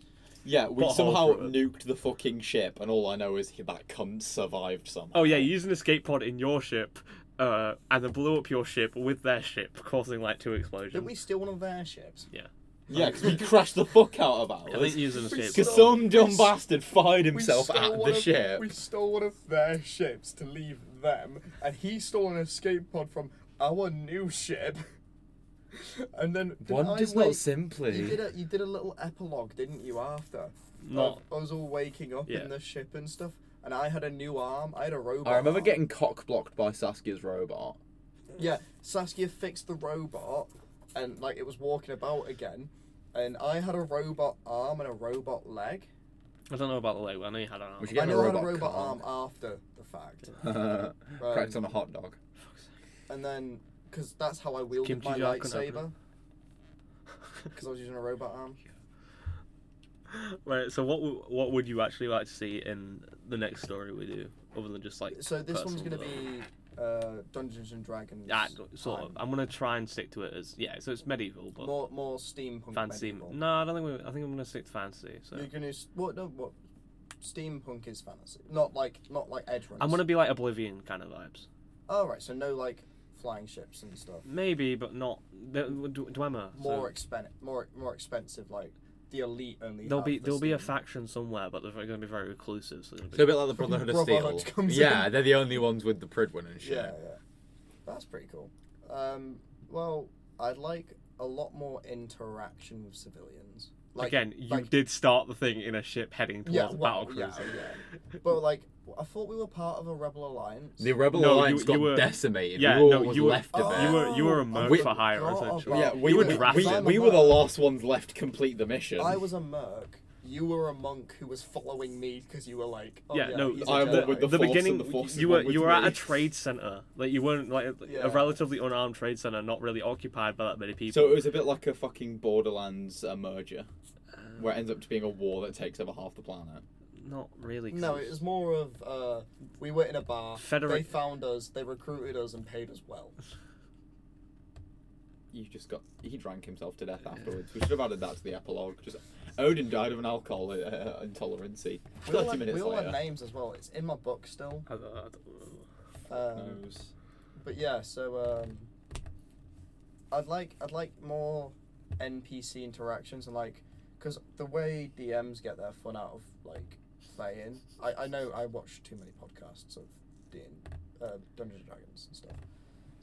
S2: Yeah, we
S1: Put a hole
S2: somehow
S1: through it.
S2: nuked the fucking ship, and all I know is he, that cunt survived somehow.
S1: Oh yeah, you used an escape pod in your ship, uh, and then blew up your ship with their ship, causing like two explosions.
S3: Didn't we steal one of their ships?
S1: Yeah.
S2: Yeah, because we crashed the fuck out of
S1: I
S2: ours.
S1: think using a
S2: Because
S1: skateboard.
S2: some dumb
S14: s-
S2: bastard fired
S3: We
S2: himself
S3: stole
S2: at
S3: one
S2: the
S3: of-
S2: ship.
S3: We stole one of their ships to leave them, and he stole an escape pod from our new ship. (laughs) And then did I wake- You
S15: simply.
S3: did a you did a little epilogue, didn't you? After
S1: Not.
S3: of us all waking up
S1: Yeah.
S3: in the ship and stuff, and I had a new arm. I had a robot.
S15: I remember
S3: arm.
S15: getting cock blocked by Saskia's robot. (laughs)
S3: Yeah, Saskia fixed the robot, and like it was walking about again, and I had a robot arm and a robot leg.
S1: I don't know about the leg. but I know you had an arm.
S15: We should get
S3: I
S15: him a
S3: know I had a
S15: robot,
S3: robot
S15: arm.
S3: arm after the fact, Um,
S15: Cracked on a hot dog.
S3: and then because that's how I wielded
S1: Kimchi
S3: my
S1: jar couldn't open
S3: lightsaber. (laughs) Because I was using a robot arm.
S1: Right. So what w- what would you actually like to see in the next story we do, other than just like?
S3: So this one's
S1: personal
S3: gonna
S1: development?
S3: be uh, Dungeons and Dragons.
S1: Yeah, Ah, go- sort of.
S3: time.
S1: I'm gonna try and stick to it as yeah. So it's medieval, but
S3: More more steampunk.
S1: fantasy.
S3: medieval.
S1: No, I don't think. We, I think I'm gonna stick to fantasy. So
S3: You're gonna s- what? No, what? Steampunk is fantasy, not like not like edge runs.
S1: I'm gonna be like Oblivion kind of vibes.
S3: All right, so no like flying ships and stuff.
S1: Maybe, but not the- D- Dwemer. so
S3: More expen more more expensive. Like the elite only.
S1: There'll
S3: have
S1: be
S3: the
S1: there'll be a
S3: steam.
S1: faction somewhere, but they're gonna be very reclusive. So, it'll be-
S15: So a bit like the Brotherhood of
S3: Brotherhood
S15: Steel.
S3: comes
S15: yeah,
S3: in.
S15: they're the only ones with the Pridwin and shit.
S3: Yeah, yeah. That's pretty cool. Um, well, I'd like a lot more interaction with civilians. Like
S1: again, you
S3: like-
S1: did start the thing in a ship heading towards
S3: Yeah,
S1: a
S3: well,
S1: battle
S3: yeah,
S1: cruiser.
S3: yeah. But like, I thought we were part of a rebel
S1: (laughs)
S3: alliance.
S15: The Rebel
S1: No, you-
S15: Alliance
S1: you
S15: got
S1: were-
S15: decimated.
S1: Yeah,
S15: we were
S1: no,
S15: what was
S1: you were-
S15: left
S3: Oh,
S15: of it.
S1: you were- you were a merc
S15: We-
S1: for hire,
S3: forgot
S1: essentially.
S3: about
S2: Yeah, we
S1: You
S2: were,
S1: were
S2: we,
S1: drafted.
S2: we were the last ones left to complete the mission.
S3: I was a merc. You were a monk who was following me because you were like, oh,
S1: yeah,
S3: yeah,
S1: no,
S3: he's a
S2: I'm
S3: Jedi.
S2: with the
S1: the
S2: Force and
S1: beginning,
S2: the Force is
S1: you were
S2: one with
S1: you were at
S2: me.
S1: a trade center, like you weren't like
S3: Yeah.
S1: a relatively unarmed trade center, not really occupied by that many people.
S2: so it was a bit like a fucking Borderlands uh, merger, where it ends up to being a war that takes over half the planet.
S1: not really. 'cause
S3: No,
S1: it
S3: it was more of uh, we were in a bar.
S1: Federa-
S3: They found us. They recruited us and paid us well.
S2: You just got he drank himself to death afterwards. We should have added that to the epilogue. Just Odin died of an alcohol uh, intolerancy.
S3: We all,
S2: Thirty
S3: had,
S2: minutes
S3: we all had
S2: later.
S3: names as well. It's in my book still.
S1: I, I don't-
S3: Um,
S2: Knows.
S3: but yeah, so um, I'd like I'd like more NPC interactions and like because the way DMs get their fun out of like playing. I, I know I watch too many podcasts of D and uh, Dungeons and Dragons and stuff.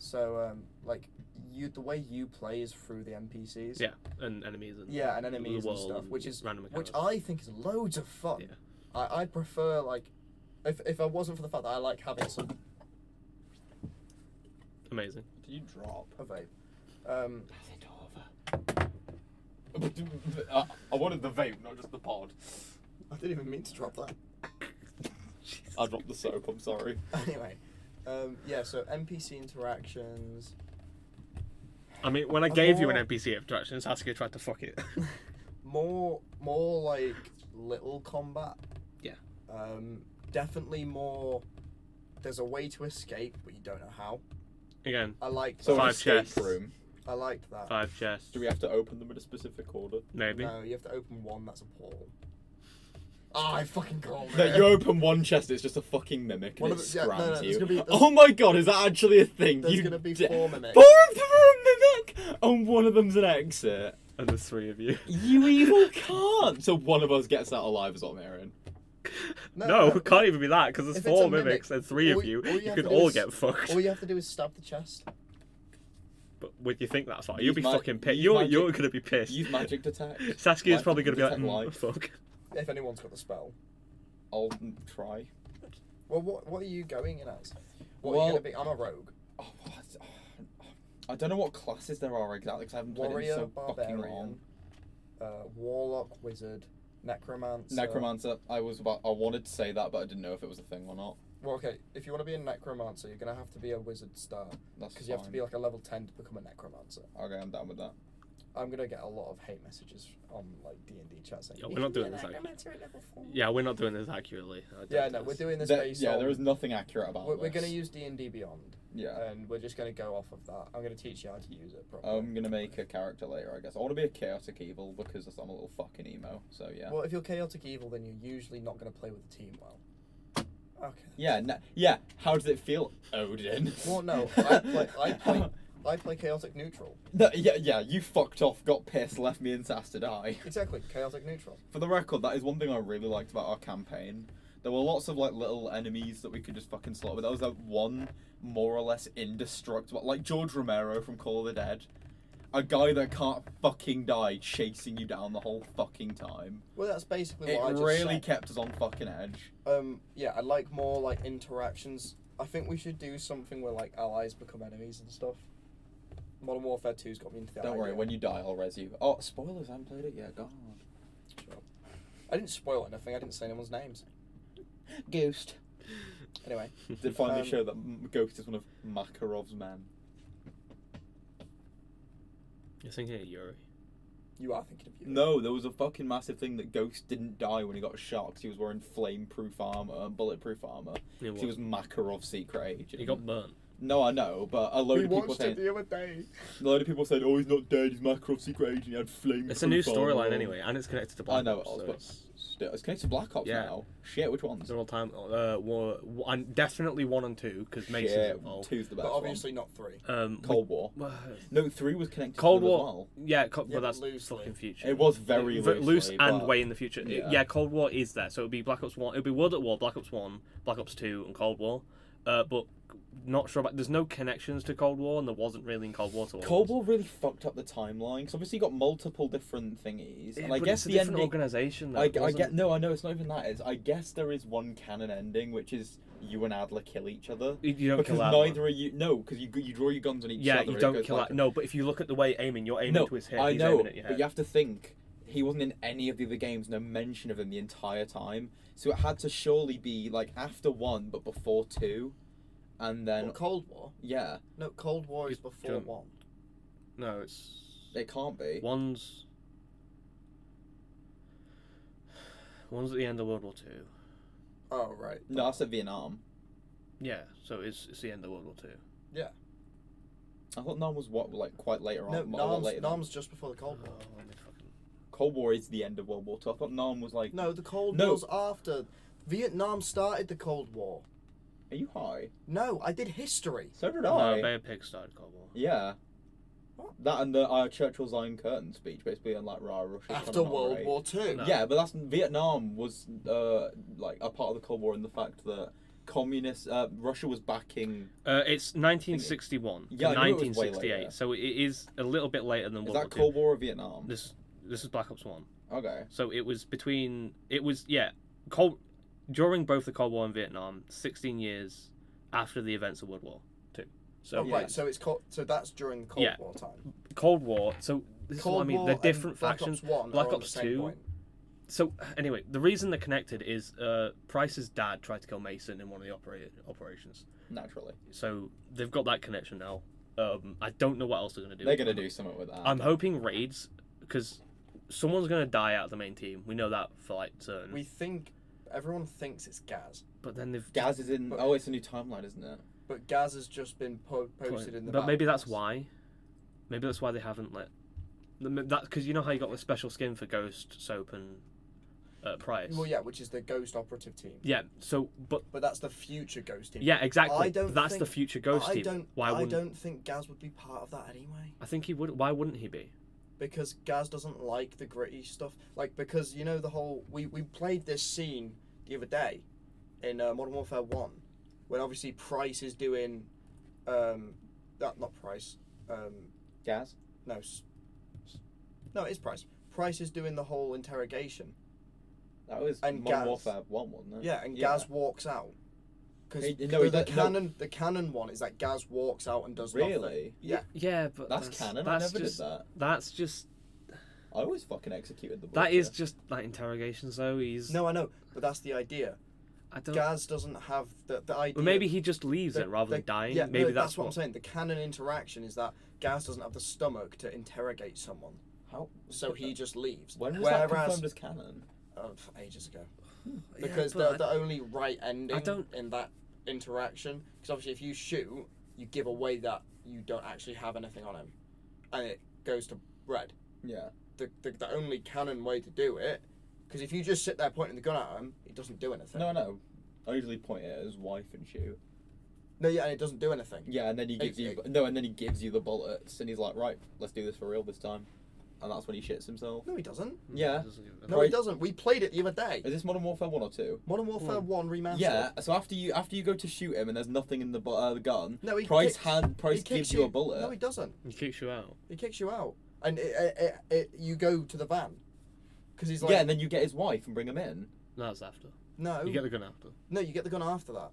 S3: So um, like you the way you play is through the NPCs.
S1: yeah, and enemies and
S3: Yeah, and
S1: the
S3: enemies and
S1: world
S3: stuff, which is
S1: random.
S3: which
S1: encounters.
S3: I think is loads of fun.
S1: Yeah.
S3: I, I'd prefer like if if I wasn't for the fact that I like having some (laughs)
S1: amazing.
S2: Did you drop?
S3: a vape. Um,
S2: Pass it over. (laughs) I, I wanted the vape, not just the pod.
S3: I didn't even mean to drop that. (laughs)
S2: I dropped the soap. I'm sorry.
S3: anyway, um, yeah. So NPC interactions.
S1: I mean, when I
S3: I'm
S1: gave you
S3: all-
S1: an NPC abstraction, Sasuke tried to fuck it. (laughs)
S3: More more like little combat.
S1: Yeah.
S3: Um, definitely more. There's a way to escape, but you don't know how.
S1: Again,
S3: I liked
S2: So
S1: Five
S3: that.
S2: an escape
S1: chests.
S2: room.
S3: I liked that.
S1: five chests,
S2: Do we have to open them in a specific order?
S1: maybe.
S3: No, you have to open one. That's a portal. Ah, I fucking called
S2: No,
S3: it. (laughs)
S2: you open one chest, it's just a fucking mimic
S3: One
S2: and
S3: of
S2: it
S3: the- yeah, no,
S2: scrams
S3: no, there's
S2: you.
S3: gonna be- there's-
S2: oh my god, is that actually a thing?
S3: There's
S2: You
S3: gonna be
S2: d-
S3: four mimics.
S2: Four of them are a mimic, and one of them's an exit.
S1: And the three of you.
S2: (laughs) You evil can't. So one of us gets out alive, is what I'm hearing.
S1: No, it can't even be that because there's
S3: If it's a
S1: four
S3: mimic,
S1: mimics and three
S3: all
S1: of
S3: you-
S1: you.
S3: all you
S1: You,
S3: have
S1: could
S3: to do
S1: all
S3: is-
S1: get fucked.
S3: (laughs) All you have to do is stab the chest.
S1: But would you think that's like
S2: Use
S1: you'll be
S2: ma-
S1: fucking pissed?
S2: use
S1: You're
S2: magic-
S1: you're gonna be pissed. (laughs)
S2: Use magic detect.
S1: Saskia's
S2: Light-
S1: probably gonna be like,
S2: detect
S1: mm,
S2: light.
S1: fuck.
S3: If anyone's got the spell.
S2: I'll try.
S3: Well, what what are you going in as? What are
S2: Well-
S3: you gonna be? I'm a rogue.
S2: Oh, what? Oh, I don't know what classes there are exactly because I haven't played
S3: Warrior,
S2: in so fucking long.
S3: barbarian, uh, warlock, wizard, necromancer.
S2: Necromancer. I was about. I wanted to say that, but I didn't know if it was a thing or not.
S3: Well, okay. If you want to be a necromancer, you're gonna have to be a wizard star
S2: That's
S3: because you have to be
S2: fine.
S3: like a level ten to become a necromancer.
S2: Okay, I'm down with that.
S3: I'm gonna get a lot of hate messages on like D and D chat saying.
S1: Yeah, we're not doing this. Ac- yeah, we're not doing this accurately. I don't
S3: Yeah,
S1: do
S3: no, we're
S1: this.
S3: doing this
S2: There-
S3: based
S2: yeah,
S3: on.
S2: there is nothing accurate about
S3: we're, we're
S2: this.
S3: gonna use D and D Beyond,
S2: Yeah.
S3: and we're just gonna go off of that. I'm gonna teach you how to use it properly.
S2: I'm gonna make a character later, I guess. I want to be a chaotic evil because I'm a little fucking emo. So yeah.
S3: Well, if you're chaotic evil, then you're usually not going to play with the team well. Okay.
S2: Yeah, na- yeah. How does it feel, Odin?
S3: (laughs)
S2: (laughs)
S3: Well, no, I play- I play- I play chaotic neutral.
S2: No, yeah, yeah, you fucked off, got pissed, left me in SAS to die.
S3: Exactly, chaotic neutral.
S2: For the record, that is one thing I really liked about our campaign. There were lots of like little enemies that we could just fucking slaughter, but there was that one more or less indestructible, like George Romero from Call of the Dead, a guy that can't fucking die, chasing you down the whole fucking time.
S3: Well, that's basically
S2: It
S3: what I just
S2: really
S3: said.
S2: kept us on fucking edge.
S3: um, yeah, I like more like interactions. I think we should do something where like allies become enemies and stuff. Modern Warfare 2's got me into that.
S2: Don't worry,
S3: idea.
S2: when you die, I'll res you. Oh, spoilers! I haven't played it yet. God.
S3: I didn't spoil anything. I didn't say anyone's names.
S2: Ghost.
S3: Anyway,
S2: Did finally
S3: Um,
S2: show that M- Ghost is one of Makarov's men.
S1: (laughs) You're thinking of Yuri.
S3: you are thinking of you.
S2: No, there was a fucking massive thing that Ghost didn't die when he got shot 'cause he was wearing flame-proof armor, uh, bulletproof armor.
S1: You, know
S2: 'Cause
S1: what?
S2: He was Makarov's secret agent.
S1: You got burnt.
S2: No, I know, but a load
S13: we
S2: of people
S13: watched it
S2: said
S13: the other day.
S2: a load of people said, "Oh, he's not dead. He's Makarov's secret agent. He had flame."
S1: It's a new storyline anyway, and it's connected to Black
S2: I
S1: Ops,
S2: know, it was,
S1: so
S2: but-
S1: it's-
S2: Still, it's connected to Black Ops
S1: Yeah.
S2: now. Shit, which ones?
S1: They're all time. Uh, war, war, and definitely one and two because Mason's
S2: Shit,
S1: involved.
S2: two's the best
S3: but obviously not three.
S1: Two. Um,
S2: one. Cold War.
S1: we-
S2: No, three was connected. to
S1: Cold
S2: them as
S1: War.
S2: well.
S1: yeah, co-
S3: Yeah,
S1: but
S3: but
S1: that's
S3: loosely.
S1: fucking future.
S2: It was very
S1: Ve- loose
S2: loosely,
S1: and
S2: but-
S1: way in the future. It- Yeah.
S2: Yeah.
S1: Cold War is there, so it'd be Black Ops One. It'd be World at War, Black Ops One, Black Ops Two, and Cold War. Uh, but not sure about. There's no connections to Cold War, and there wasn't really in Cold War. To
S2: Cold War really fucked up the timeline because obviously you got multiple different thingies,
S1: Yeah,
S2: and I
S1: but
S2: guess
S1: it's a
S2: the
S1: different
S2: ending.
S1: organization. Though.
S2: I,
S1: It
S2: I
S1: wasn't-
S2: get no, I know it's not even that. It's I guess there is one canon ending, which is you and Adler kill each other
S1: You- You don't
S2: because
S1: kill that one.
S2: neither are you. No, because you you draw your guns on each
S1: Yeah,
S2: other.
S1: you
S2: it
S1: don't
S2: goes
S1: kill
S2: back
S1: that. No, but if you look at the way aiming, you're aiming
S2: no,
S1: to his head.
S2: I
S1: he's
S2: know,
S1: aiming at your
S2: but
S1: head.
S2: you have to think he wasn't in any of the other games. No mention of them the entire time, so it had to surely be like after one, but before two, and then
S3: Well, Cold War.
S2: yeah,
S3: No, Cold War is
S1: You
S3: before
S1: don't-
S3: one.
S1: No, it's
S2: it can't be.
S1: one's one's at the end of World War Two.
S3: Oh right.
S2: No, that's at Vietnam.
S1: Yeah, so it's it's the end of World War Two.
S2: I thought Nam was what like quite later on.
S3: No,
S2: a lot
S3: Nam's,
S2: later than-
S3: Nam's just before the Cold
S1: Oh,
S13: Oh.
S3: War.
S2: Cold War is the end of World War Two. I thought Nam was like.
S3: No, the Cold
S2: No.
S3: War's after. Vietnam started the Cold War.
S2: Are you high?
S3: No, I did history.
S2: So did
S1: No,
S2: I.
S1: Bay of Uh, Pigs started Cold War.
S2: Yeah.
S3: What?
S2: That and the uh, Churchill's Iron Curtain speech, basically, and like rah Russia.
S3: After World War Two.
S1: No.
S2: Yeah, but that's Vietnam was uh, like a part of the Cold War in the fact that communist uh, Russia was backing.
S1: Uh, it's 1961 to
S2: Yeah, I knew it was way
S1: 1968,
S2: later.
S1: so it is a little bit later than
S2: Is
S1: World
S2: that
S1: War
S2: Cold War or
S1: Two.
S2: Vietnam?
S1: This this is Black Ops One.
S2: Okay.
S1: So it was between it was yeah Cold during both the Cold War and Vietnam, 16 years after the events of World War Two. So
S3: Oh,
S2: Yeah.
S3: right, so it's called. So that's during Cold
S1: Yeah.
S3: War time.
S1: Cold War. So this
S3: Cold
S1: is what I mean.
S3: War
S1: They're
S3: and
S1: different
S3: Black
S1: factions.
S3: Ops One.
S1: Black
S3: are on the
S1: Ops
S3: same
S1: 2.
S3: point.
S1: So anyway, the reason they're connected is uh, Price's dad tried to kill Mason in one of the opera- operations.
S2: Naturally,
S1: So they've got that connection now. Um, I don't know what else they're gonna do.
S2: they're gonna do something with that.
S1: I'm hoping raids because someone's gonna die out of the main team. We know that for like certain.
S3: We think everyone thinks it's Gaz,
S1: But then they've
S2: Gaz is in. Oh, it's a new timeline, isn't it?
S3: but Gaz has just been po- posted in the.
S1: but maybe
S3: battle
S1: that's
S3: pass.
S1: why. Maybe that's why they haven't let. That because you know how you got the special skin for Ghost, Soap, and uh, Price.
S3: Well, yeah, which is the Ghost operative team,
S1: Yeah. So, but
S3: but that's the future Ghost team.
S1: yeah, exactly.
S3: I don't
S1: That's the
S3: think-
S1: future Ghost
S3: I
S1: team.
S3: don't.
S1: why
S3: I
S1: wouldn't?
S3: don't think Gaz would be part of that anyway,
S1: I think he would. Why wouldn't he be?
S3: because Gaz doesn't like the gritty stuff. Like because you know the whole we we played this scene the other day in uh, Modern Warfare One, when obviously Price is doing, um, that not Price, um,
S2: Gaz.
S3: no, s- s- no, it's Price. Price is doing the whole interrogation.
S2: That was
S3: And
S2: Modern
S3: Gaz.
S2: Warfare One, wasn't it?
S3: Yeah, and Gaz walks out. Because
S2: Uh, Hey, no,
S3: the,
S2: he
S3: the
S2: don't- no.
S3: canon, the canon one is that Gaz walks out and does nothing.
S2: Really?
S3: Yeah.
S1: Yeah, but
S2: That's, canon. I
S1: That's
S2: never
S1: just.
S2: did that.
S1: That's just.
S2: I always fucking executed the.
S1: That is
S2: vulture.
S1: just like interrogations, though. He's.
S3: No, I know, but that's the idea.
S1: I don't.
S3: Gaz doesn't have the, the idea.
S1: Well, maybe he just leaves
S3: the-
S1: it rather than
S3: the-
S1: dying.
S3: Yeah,
S1: maybe
S3: no, that's, what,
S1: what.
S3: I'm saying. The canon interaction is that Gaz doesn't have the stomach to interrogate someone,
S2: How?
S3: so he just leaves.
S2: When was that
S3: Whereas
S2: confirmed as canon?
S3: uh, f- ages ago,
S2: Hmm,
S1: Yeah,
S3: because
S1: but I-
S3: the, the only right ending
S1: don't-
S3: in that interaction, because obviously if you shoot, you give away that you don't actually have anything on him, and it goes to red.
S2: Yeah.
S3: the, the, the only canon way to do it. Because if you just sit there pointing the gun at him, it doesn't do anything.
S2: No, no. I usually point it at his wife and shoot.
S3: No, yeah, and it doesn't do anything.
S2: Yeah, and then he gives you
S3: Exactly.
S2: no, and then he gives you the bullets, and he's like, right, let's do this for real this time, and that's when he shits himself.
S3: No, he doesn't.
S2: Yeah.
S1: Doesn't give a-
S3: No, he
S2: Right.
S3: doesn't. We played it the other day.
S2: Is this Modern Warfare one or two?
S3: Modern
S1: Hmm.
S3: Warfare One remastered.
S2: Yeah. So after you after you go to shoot him and there's nothing in the bu- uh, the gun,
S3: No, he
S2: Price
S3: kicks-
S2: hand Price
S3: He kicks
S2: gives you a bullet.
S3: No, he doesn't.
S1: He kicks you out.
S3: He kicks you out, and it, it, it, it, you go to the van because he's like,
S2: yeah, and then you get his wife and bring him in.
S1: No, that's after.
S3: no,
S1: You get the gun after.
S3: no, you get the gun after that.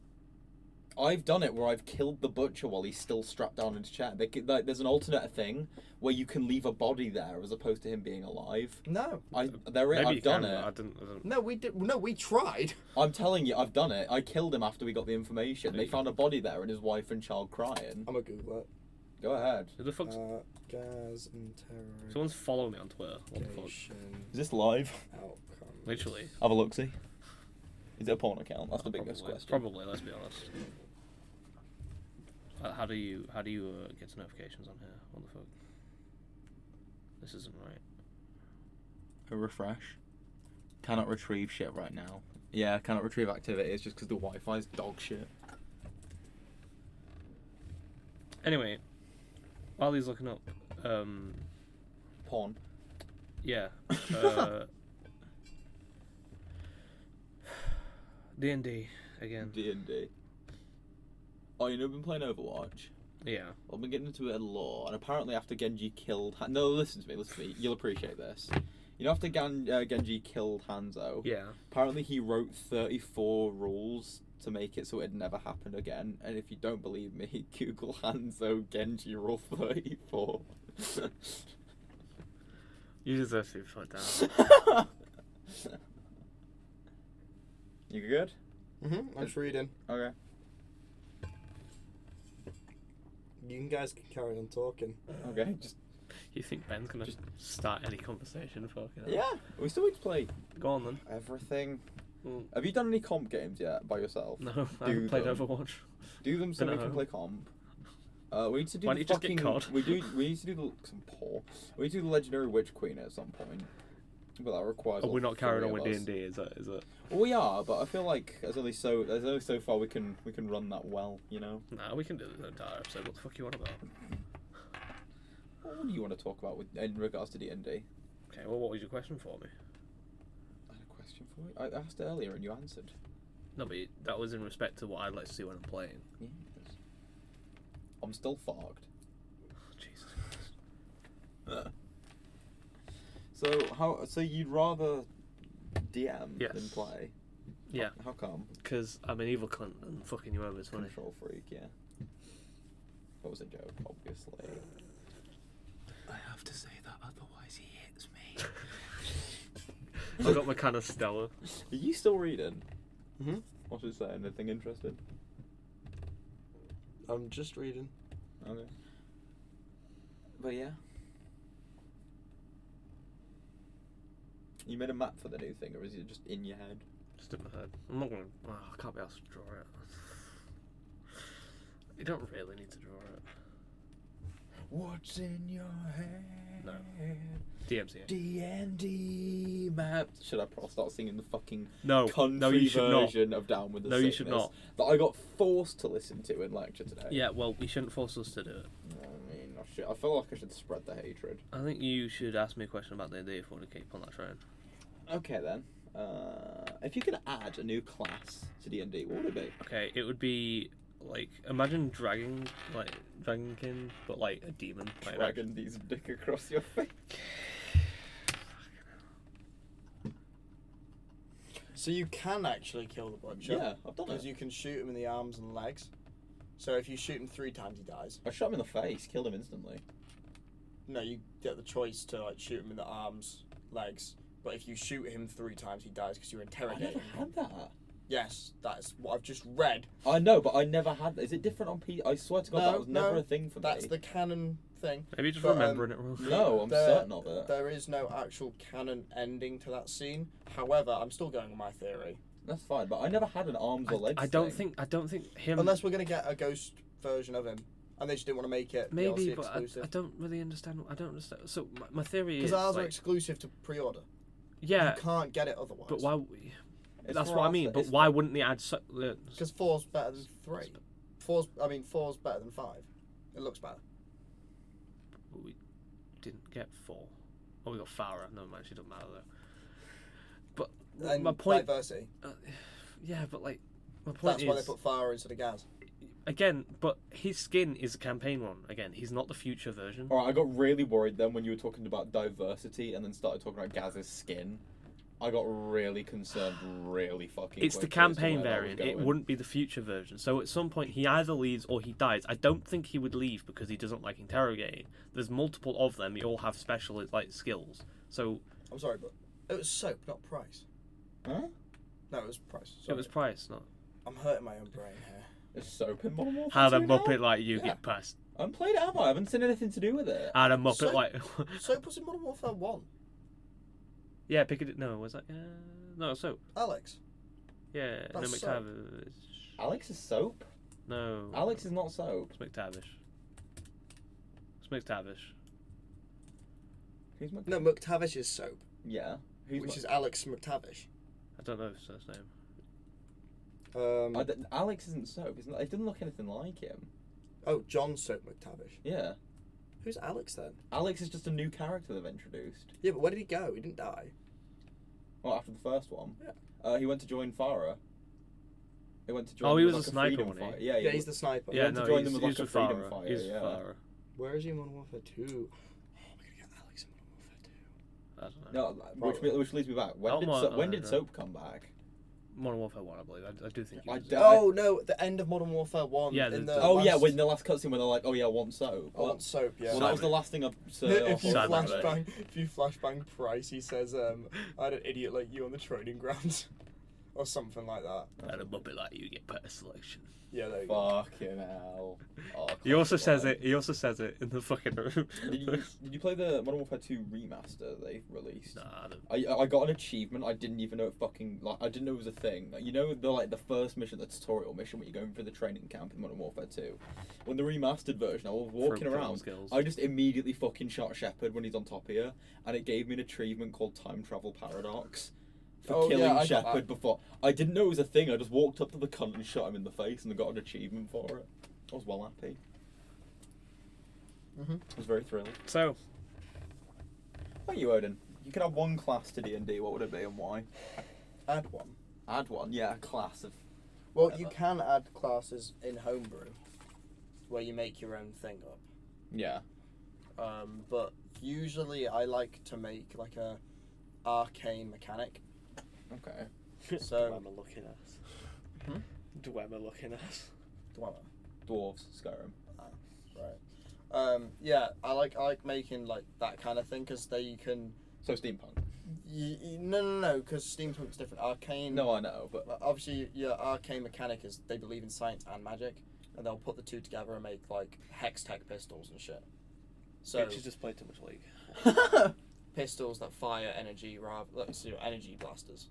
S2: I've done it where I've killed the butcher while he's still strapped down in his chair. They, c- like, there's an alternate thing where you can leave a body there as opposed to him being alive.
S3: No,
S2: I there it,
S1: Maybe
S2: I've
S1: you
S2: done
S1: can,
S2: it.
S1: but I didn't. I didn't.
S3: no, we did. No, we tried.
S2: I'm telling you, I've done it. I killed him after we got the information. They found a body there and his wife and child crying.
S13: (laughs) I'm gonna Google it.
S2: Go ahead.
S1: Who the fuck's?
S13: Uh, gas interrogation
S1: Someone's following me on Twitter. What the fuck?
S2: Is this live? (laughs)
S13: outcome.
S1: Literally.
S2: Have a look see. Is it a porn account? That's the biggest
S1: probably,
S2: question.
S1: Probably. Let's be honest. Uh, How do you how do you uh, get to notifications on here? What the fuck? This isn't right.
S2: A refresh. Cannot retrieve shit right now. Yeah, cannot retrieve activities just because the Wi Fi's dog shit.
S1: Anyway, while he's looking up, um,
S2: Porn.
S1: (laughs) yeah, uh, D and D again.
S2: D and D. Oh, you know, I've been playing Overwatch.
S1: Yeah,
S2: I've been getting into a bit of lore, and apparently after Genji killed, Han- no, listen to me, listen to me. You'll appreciate this. You know, after Gan- uh, Genji killed Hanzo,
S1: yeah.
S2: apparently he wrote thirty-four rules to make it so it'd never happen again. And if you don't believe me, (laughs) Google Hanzo Genji rule thirty-four.
S1: You deserve to be put down.
S2: (laughs) you good?
S13: Mm-hmm, I'm just reading.
S2: Okay.
S13: You guys can carry on talking.
S2: Okay. Just
S1: You think Ben's gonna
S2: Just-
S1: start any conversation? Fucking hell.
S2: yeah. We still need to play
S1: Go on then.
S2: everything.
S1: Mm.
S2: Have you done any comp games yet by yourself?
S1: No, I haven't
S2: Do
S1: played
S2: them.
S1: Overwatch.
S2: Do them so
S1: Dunno.
S2: we can play comp. Uh, we need to do
S1: Why
S2: the
S1: don't you just
S2: fucking.
S1: get COD?
S2: We do. We need to do the some poor. We need to do the legendary witch queen at some point. But that requires.
S1: Oh,
S2: all
S1: we're not carrying
S2: three
S1: on
S2: of
S1: with D
S2: us.
S1: and D, is it? Is it?
S2: Well, we are, but I feel like there's only so there's only so far we can we can run that well, you know.
S1: Nah, we can do the entire episode. What the fuck you on about?
S2: What do you want to talk about with in regards to D and D?
S1: Okay, well, what was your question for me?
S2: I had a question for you. I asked earlier and you answered.
S1: No, but that was in respect to what I'd like to see when I'm playing.
S2: Yes. I'm still fucked.
S1: Jesus.
S2: (laughs) So how? So you'd rather DM than
S1: Yes.
S2: play?
S1: Yeah,
S2: How come?
S1: because I'm an evil cunt and fucking you over is funny.
S2: Control freak, yeah. That was a joke, obviously.
S12: I have to say that, otherwise he hits me.
S1: (laughs) I got my kind of Stella.
S2: (laughs) Are you still reading?
S13: Mhm.
S2: What's it say? Anything interesting?
S13: I'm just reading.
S2: Okay. But yeah. You made a map for the new thing, or is it just in your head?
S1: Just in my head. I'm not gonna. Oh, I can't be asked to draw it. You don't really need to draw it.
S2: What's in your head?
S1: No. DMCA.
S2: D and D map. Should I pro- start singing the fucking
S1: Oh, No,
S2: country
S1: no, you should not.
S2: version of Down with the
S1: No, you should
S2: Sickness
S1: not.
S2: That I got forced to listen to in lecture today.
S1: Yeah, well, you shouldn't force us to do it.
S2: I mean, I, should, I feel like I should spread the hatred.
S1: I think you should ask me a question about the day if you want to keep on that train.
S2: Okay then. Uh, if you could add a new class to D and D, what would it be?
S1: Okay, it would be like imagine dragging like dragonkin, but like a demon. Like an
S2: Dragging these dick across your face.
S13: So you can actually kill the butcher.
S2: Yeah, I've done it.
S13: Because you can shoot him in the arms and legs. So if you shoot him three times, he dies.
S2: I shot him in the face, killed him instantly.
S13: No, you get the choice to like shoot him in the arms, legs. But if you shoot him three times, he dies because you're
S2: I never
S13: interrogating him.
S2: had that.
S13: Yes, that's what I've just read.
S2: I know, but I never had. Is it different on P? I swear to God,
S13: No,
S2: that was never
S13: no,
S2: a thing for
S13: That's
S2: me.
S13: the canon thing.
S1: Maybe just
S13: But, um,
S1: remembering (laughs) it wrong.
S2: No, I'm
S13: There-
S2: certain of it.
S13: There is no actual canon ending to that scene. However, I'm still going with my theory.
S2: That's fine, but I never had an arms or
S1: I,
S2: legs.
S1: I don't
S2: thing.
S1: think I don't think him.
S13: Unless we're gonna get a ghost version of him, and they just didn't want to make it
S1: maybe,
S13: DLC
S1: but I, I
S13: exclusive.
S1: don't really understand. I don't understand. So my, my theory is
S13: Because ours are
S1: like,
S13: exclusive to pre-order.
S1: yeah,
S13: (laughs) You can't get it otherwise.
S1: but why?
S2: It's
S1: that's
S2: for
S1: what I
S2: us,
S1: mean. But
S2: it's-
S1: why wouldn't they add? So, uh,
S13: Because four's better than three.
S3: Four's. I mean, four's better than five. It looks better.
S1: But we didn't get four. Oh, we got Farah. No, mind, she doesn't matter though. But
S3: And
S1: my point.
S3: diversity.
S1: Uh, (sighs) yeah, but like my point
S3: That's
S1: is
S3: why they put fire instead of gas.
S1: again. But his skin is a campaign one. Again, he's not the future version.
S2: All right, I got really worried then when you were talking about diversity and then started talking about Gaz's skin. I got really concerned, really fucking.
S1: It's the
S2: quickly as to
S1: campaign
S2: where that was
S1: variant. It
S2: going.
S1: wouldn't be the future version. So at some point, he either leaves or he dies. I don't think he would leave because he doesn't like interrogating. There's multiple of them. They all have special like skills. So
S3: I'm sorry, but it was soap, not price.
S2: Huh?
S3: No, it was price.
S1: it was Price, not
S3: I'm hurting my own brain here.
S2: It's soap in Modern Warfare.
S1: how the
S2: 2 now?
S1: Muppet like you
S2: Yeah.
S1: get past.
S2: I haven't played it, have I? I haven't seen anything to do with it.
S1: How the Muppet
S3: So-
S1: like (laughs)
S3: Soap was in Modern Warfare One.
S1: yeah, pick it. No, was that uh, no so
S3: Alex.
S1: yeah
S3: That's
S1: no
S3: so-
S1: McTavish.
S2: Alex is soap.
S1: No
S2: Alex is not soap.
S1: It's McTavish. It's McTavish.
S2: Who's my?
S3: No, McTavish is soap,
S2: (laughs) Yeah. Who's
S3: which
S2: my-
S3: is Alex McTavish.
S1: I don't know his first name.
S3: Um,
S2: I don't- Alex isn't soap. Isn't it? Doesn't look anything like him.
S3: oh, John Soap McTavish.
S2: Yeah.
S3: Who's Alex then?
S2: Alex is just a new character they've introduced.
S3: Yeah, but where did he go? He didn't die.
S2: Well, after the first one,
S3: Yeah.
S2: uh, he went to join Farah. He went to join.
S1: Oh, he
S2: them
S1: was a
S2: like
S1: sniper,
S2: freedom
S1: wasn't he?
S2: fight. Yeah,
S3: Yeah,
S2: he
S3: he's
S2: wa-
S3: the sniper.
S1: Yeah,
S2: had to
S1: no,
S2: join
S1: he's,
S2: them with,
S1: he's
S2: like,
S1: with
S2: a freedom
S1: Farah.
S2: fire,
S1: he's with
S2: yeah.
S1: Farah.
S3: Where is he in Modern Warfare Two? Oh, we're gonna get Alex in Modern Warfare Two.
S1: I don't know.
S2: No, which,
S1: Probably.
S2: which leads me back. When
S1: Oh,
S2: did
S1: my-
S2: so- when
S1: I
S2: did
S1: don't
S2: soap come back?
S1: Modern Warfare 1, I believe. I, I do think he
S2: I
S1: was-
S2: don't-
S3: Oh no, the end of Modern Warfare One.
S1: Yeah,
S3: in
S1: the-
S3: the
S2: oh yeah,
S3: last-
S2: when the last cutscene where they're like, oh yeah, I want soap.
S3: I
S2: Well,
S3: want soap. Yeah.
S2: well, that was the last thing I saw.
S3: (laughs) if you
S1: Simon.
S3: (laughs)
S2: off-
S1: Simon.
S3: flashbang, if you flashbang Price, he says, um, "I had an idiot like you on the training ground," (laughs) or something like that.
S1: And a Muppet like you get better selection.
S3: Yeah, there you go.
S2: Fucking hell. Oh,
S1: He also
S2: classic
S1: says
S2: line.
S1: it. He also says it in the fucking room.
S2: Did you, did you play the Modern Warfare 2 remaster they
S1: (laughs)
S2: released?
S1: nah, I don't-
S2: I, I got an achievement I didn't even know it fucking like I didn't know it was a thing. Like, you know the like the first mission, the tutorial mission where you're going for the training camp in Modern Warfare Two. When the remastered version, I was walking
S1: Pro- pro
S2: around.
S1: skills.
S2: I just immediately fucking shot Shepard when he's on top here, and it gave me an achievement called Time Travel Paradox for
S3: Oh, yeah,
S2: killing
S3: I got
S2: Shepard
S3: that.
S2: before. I didn't know it was a thing. I just walked up to the cunt and shot him in the face, and I got an achievement for it. I was well happy.
S3: Mhm.
S2: I was very thrilled.
S1: So,
S2: Thank you, Odin. You could have one class to D and D. What would it be and why?
S3: Add one.
S2: Add one, yeah, a class of.
S3: Well, you can add classes in homebrew, where you make your own thing up.
S2: Yeah.
S3: Um, but usually, I like to make like a arcane mechanic.
S2: Okay.
S3: So-
S1: (laughs) Dwemer looking ass.
S2: Hmm?
S1: Dwemer looking ass.
S3: Dweller.
S2: Dwarves, Skyrim.
S3: Ah, Right. Um, yeah, I like I like making like that kind of thing because they you can.
S2: So steampunk.
S3: You, you, no, no, no, because steampunk's different. Arcane.
S2: No, I know, but
S3: Well, obviously your arcane mechanic is they believe in science and magic and they'll put the two together and make like hex tech pistols and shit so
S1: Bitch has just played too much League.
S3: (laughs) pistols that fire energy rather let's see energy blasters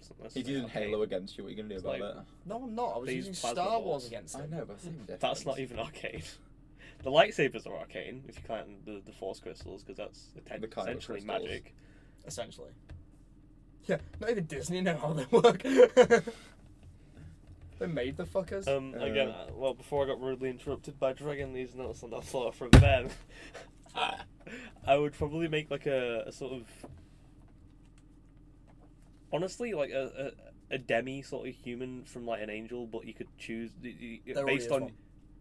S1: It's not- that's
S2: he's using
S1: not-
S2: Halo against you. What are you gonna do
S1: It's
S2: about
S1: like-
S3: no i'm not i was
S1: They use
S3: using
S1: plasma
S3: star
S1: balls.
S3: wars against
S2: it?
S3: them
S2: know, but same difference.
S1: That's not even arcane. (laughs) The lightsabers are arcane if you count the, the force crystals because that's atten-
S2: The kind of
S1: essentially
S2: crystals.
S1: magic.
S3: essentially yeah not even disney know how they work (laughs) they made the fuckers
S1: Um,
S2: Uh,
S1: again, uh, well, before I got rudely interrupted by dragging these notes on that floor from them, (laughs) I would probably make like a, a sort of, honestly, like a, a, a demi sort of human from like an angel, but you could choose you, you-
S3: There already
S1: based
S3: is
S1: on,
S3: one.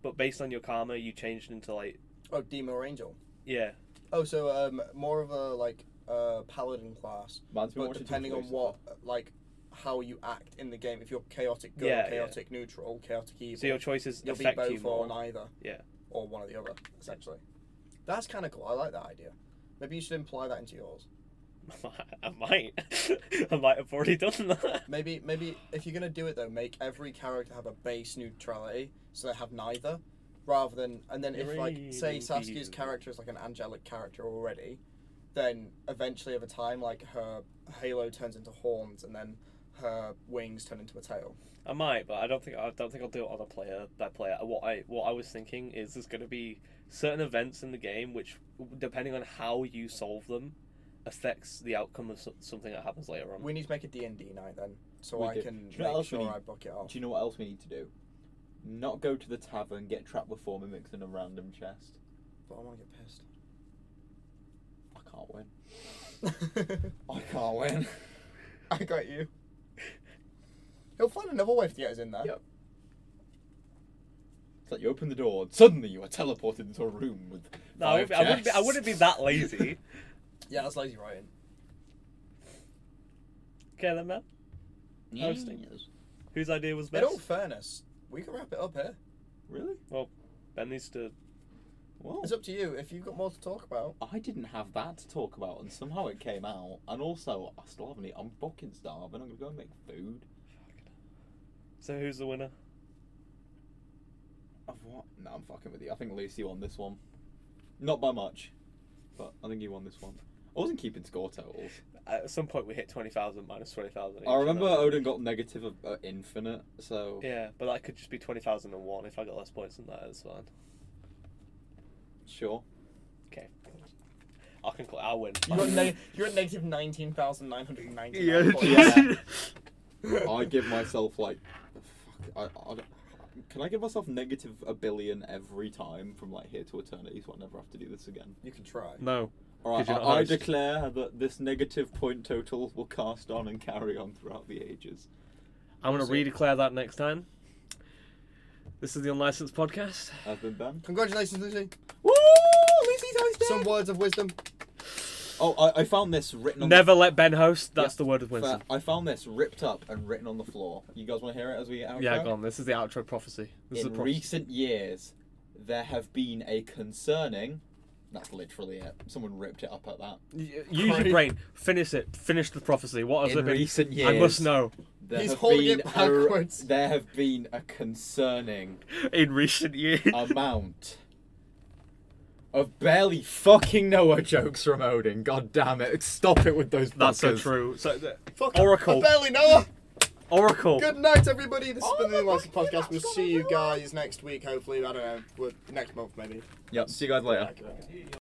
S1: but based on your karma, you changed into like
S3: oh demo angel
S1: yeah,
S3: oh so um more of a like uh paladin class
S2: Man's been
S3: but
S2: watching
S3: depending
S2: Twitch
S3: on what, like, how you act in the game. If you're chaotic good,
S1: Yeah, yeah.
S3: chaotic neutral, chaotic evil,
S1: so your choices
S3: you'll be
S1: affect you
S3: both
S1: more.
S3: or neither.
S1: Yeah.
S3: Or one or the other, essentially. That's kind of cool. I like that idea. Maybe you should imply that into yours.
S1: I might, (laughs) I might have already done that.
S3: Maybe, maybe if you're gonna do it though, make every character have a base neutrality, so they have neither, rather than and then if like say
S1: Really?
S3: Saskia's character is like an angelic character already, then eventually over time like her halo turns into horns and then her wings turn into a tail.
S1: I might, but I don't think I don't think I'll do it on a player by player. What I what I was thinking is there's going to be certain events in the game which, depending on how you solve them, affects the outcome of so- something that happens later on.
S3: We need to make a D and D night then, so
S2: We
S3: I
S2: do.
S3: can
S2: Do you know what
S3: make
S2: else we
S3: sure
S2: need?
S3: I book it
S2: Do
S3: off.
S2: you know what else we need to do? Not go to the tavern, get trapped with four mimics in a random chest.
S3: But I want to get pissed.
S2: I can't win. I can't win.
S3: (laughs) I got you. He'll find another way to get us in there.
S2: Yep. It's like you open the door and suddenly you are teleported into a room with.
S1: No, I wouldn't,
S2: five
S1: be, I, wouldn't be, I
S2: chests.
S1: wouldn't be that
S2: (laughs)
S1: lazy.
S3: Yeah, that's lazy writing.
S1: okay then, man.
S2: Mm.
S1: I was thinking
S2: Yes.
S1: Whose idea was
S3: In
S1: best?
S3: all fairness, we can wrap it up here.
S2: Really?
S1: Ben needs to.
S2: Well,
S3: It's up to you. If you've got more to talk about,
S2: I didn't have that to talk about, and somehow it came out. And also, I still haven't eaten. I'm fucking starving. I'm gonna go and make food.
S1: So who's the winner?
S2: I've what? No, I'm fucking with you. I think Lucy won this one. Not by much, but I think you won this one. I wasn't keeping score totals.
S1: At some point, we hit twenty thousand minus twenty thousand.
S2: I remember Odin got negative of uh, infinite, so
S1: Yeah, but that could just be twenty thousand and one. If I got less points than that, it's fine.
S2: sure.
S1: Okay. I can. Call, I'll win.
S3: you're (laughs) at, neg you're at negative 19,999 points.
S2: Yeah. (laughs)
S3: (laughs)
S2: I give myself like, fuck, I, I don't- can I give myself negative a billion every time from like here to eternity, so I never have to do this again?
S3: You can try.
S1: No.
S2: All right,
S1: Did you
S2: I,
S1: not
S2: I
S1: host?
S2: declare that this negative point total will cast on and carry on throughout the ages.
S1: I'm gonna redeclare that next time. This is the unlicensed podcast.
S2: I've been banned.
S3: Congratulations, Lucy.
S2: Woo! Lucy's hosting.
S3: Some words of wisdom.
S2: Oh, I, I found this written. On
S1: Never let Ben host. That's
S2: Yeah.
S1: the word of
S2: The,
S1: Winston.
S2: fa- I found this ripped up and written on the floor. You guys want to hear it as we get out?
S1: Yeah, go on. This is the outro prophecy. This is
S2: In
S1: the prophecy.
S2: recent years, there have been a concerning. That's literally it. Someone ripped it up at that.
S1: Y- Use
S2: (laughs)
S1: your brain. Finish it. Finish the prophecy. What has
S2: In
S1: it been?
S2: recent years,
S1: I must know.
S2: There
S3: He's
S2: have
S3: holding
S2: been
S3: it
S2: a-
S3: backwards.
S2: there have been a concerning
S1: In recent years.
S2: Oh, amount of barely fucking Noah jokes from Odin. God damn it! Stop it with
S1: (laughs)
S2: those.
S1: That's so
S2: fuckers.
S1: true. So, the-
S3: Fuck, I
S1: Oracle.
S3: barely know her.
S1: Oracle.
S3: Good night, everybody. This
S2: Oh
S3: has been the
S2: my
S3: Unlicensed
S2: fucking
S3: Podcast. We'll
S2: gosh,
S3: see you
S2: God.
S3: guys next week, hopefully. I don't know. Well, next month, maybe.
S2: Yep. See you guys later.
S3: Accurate.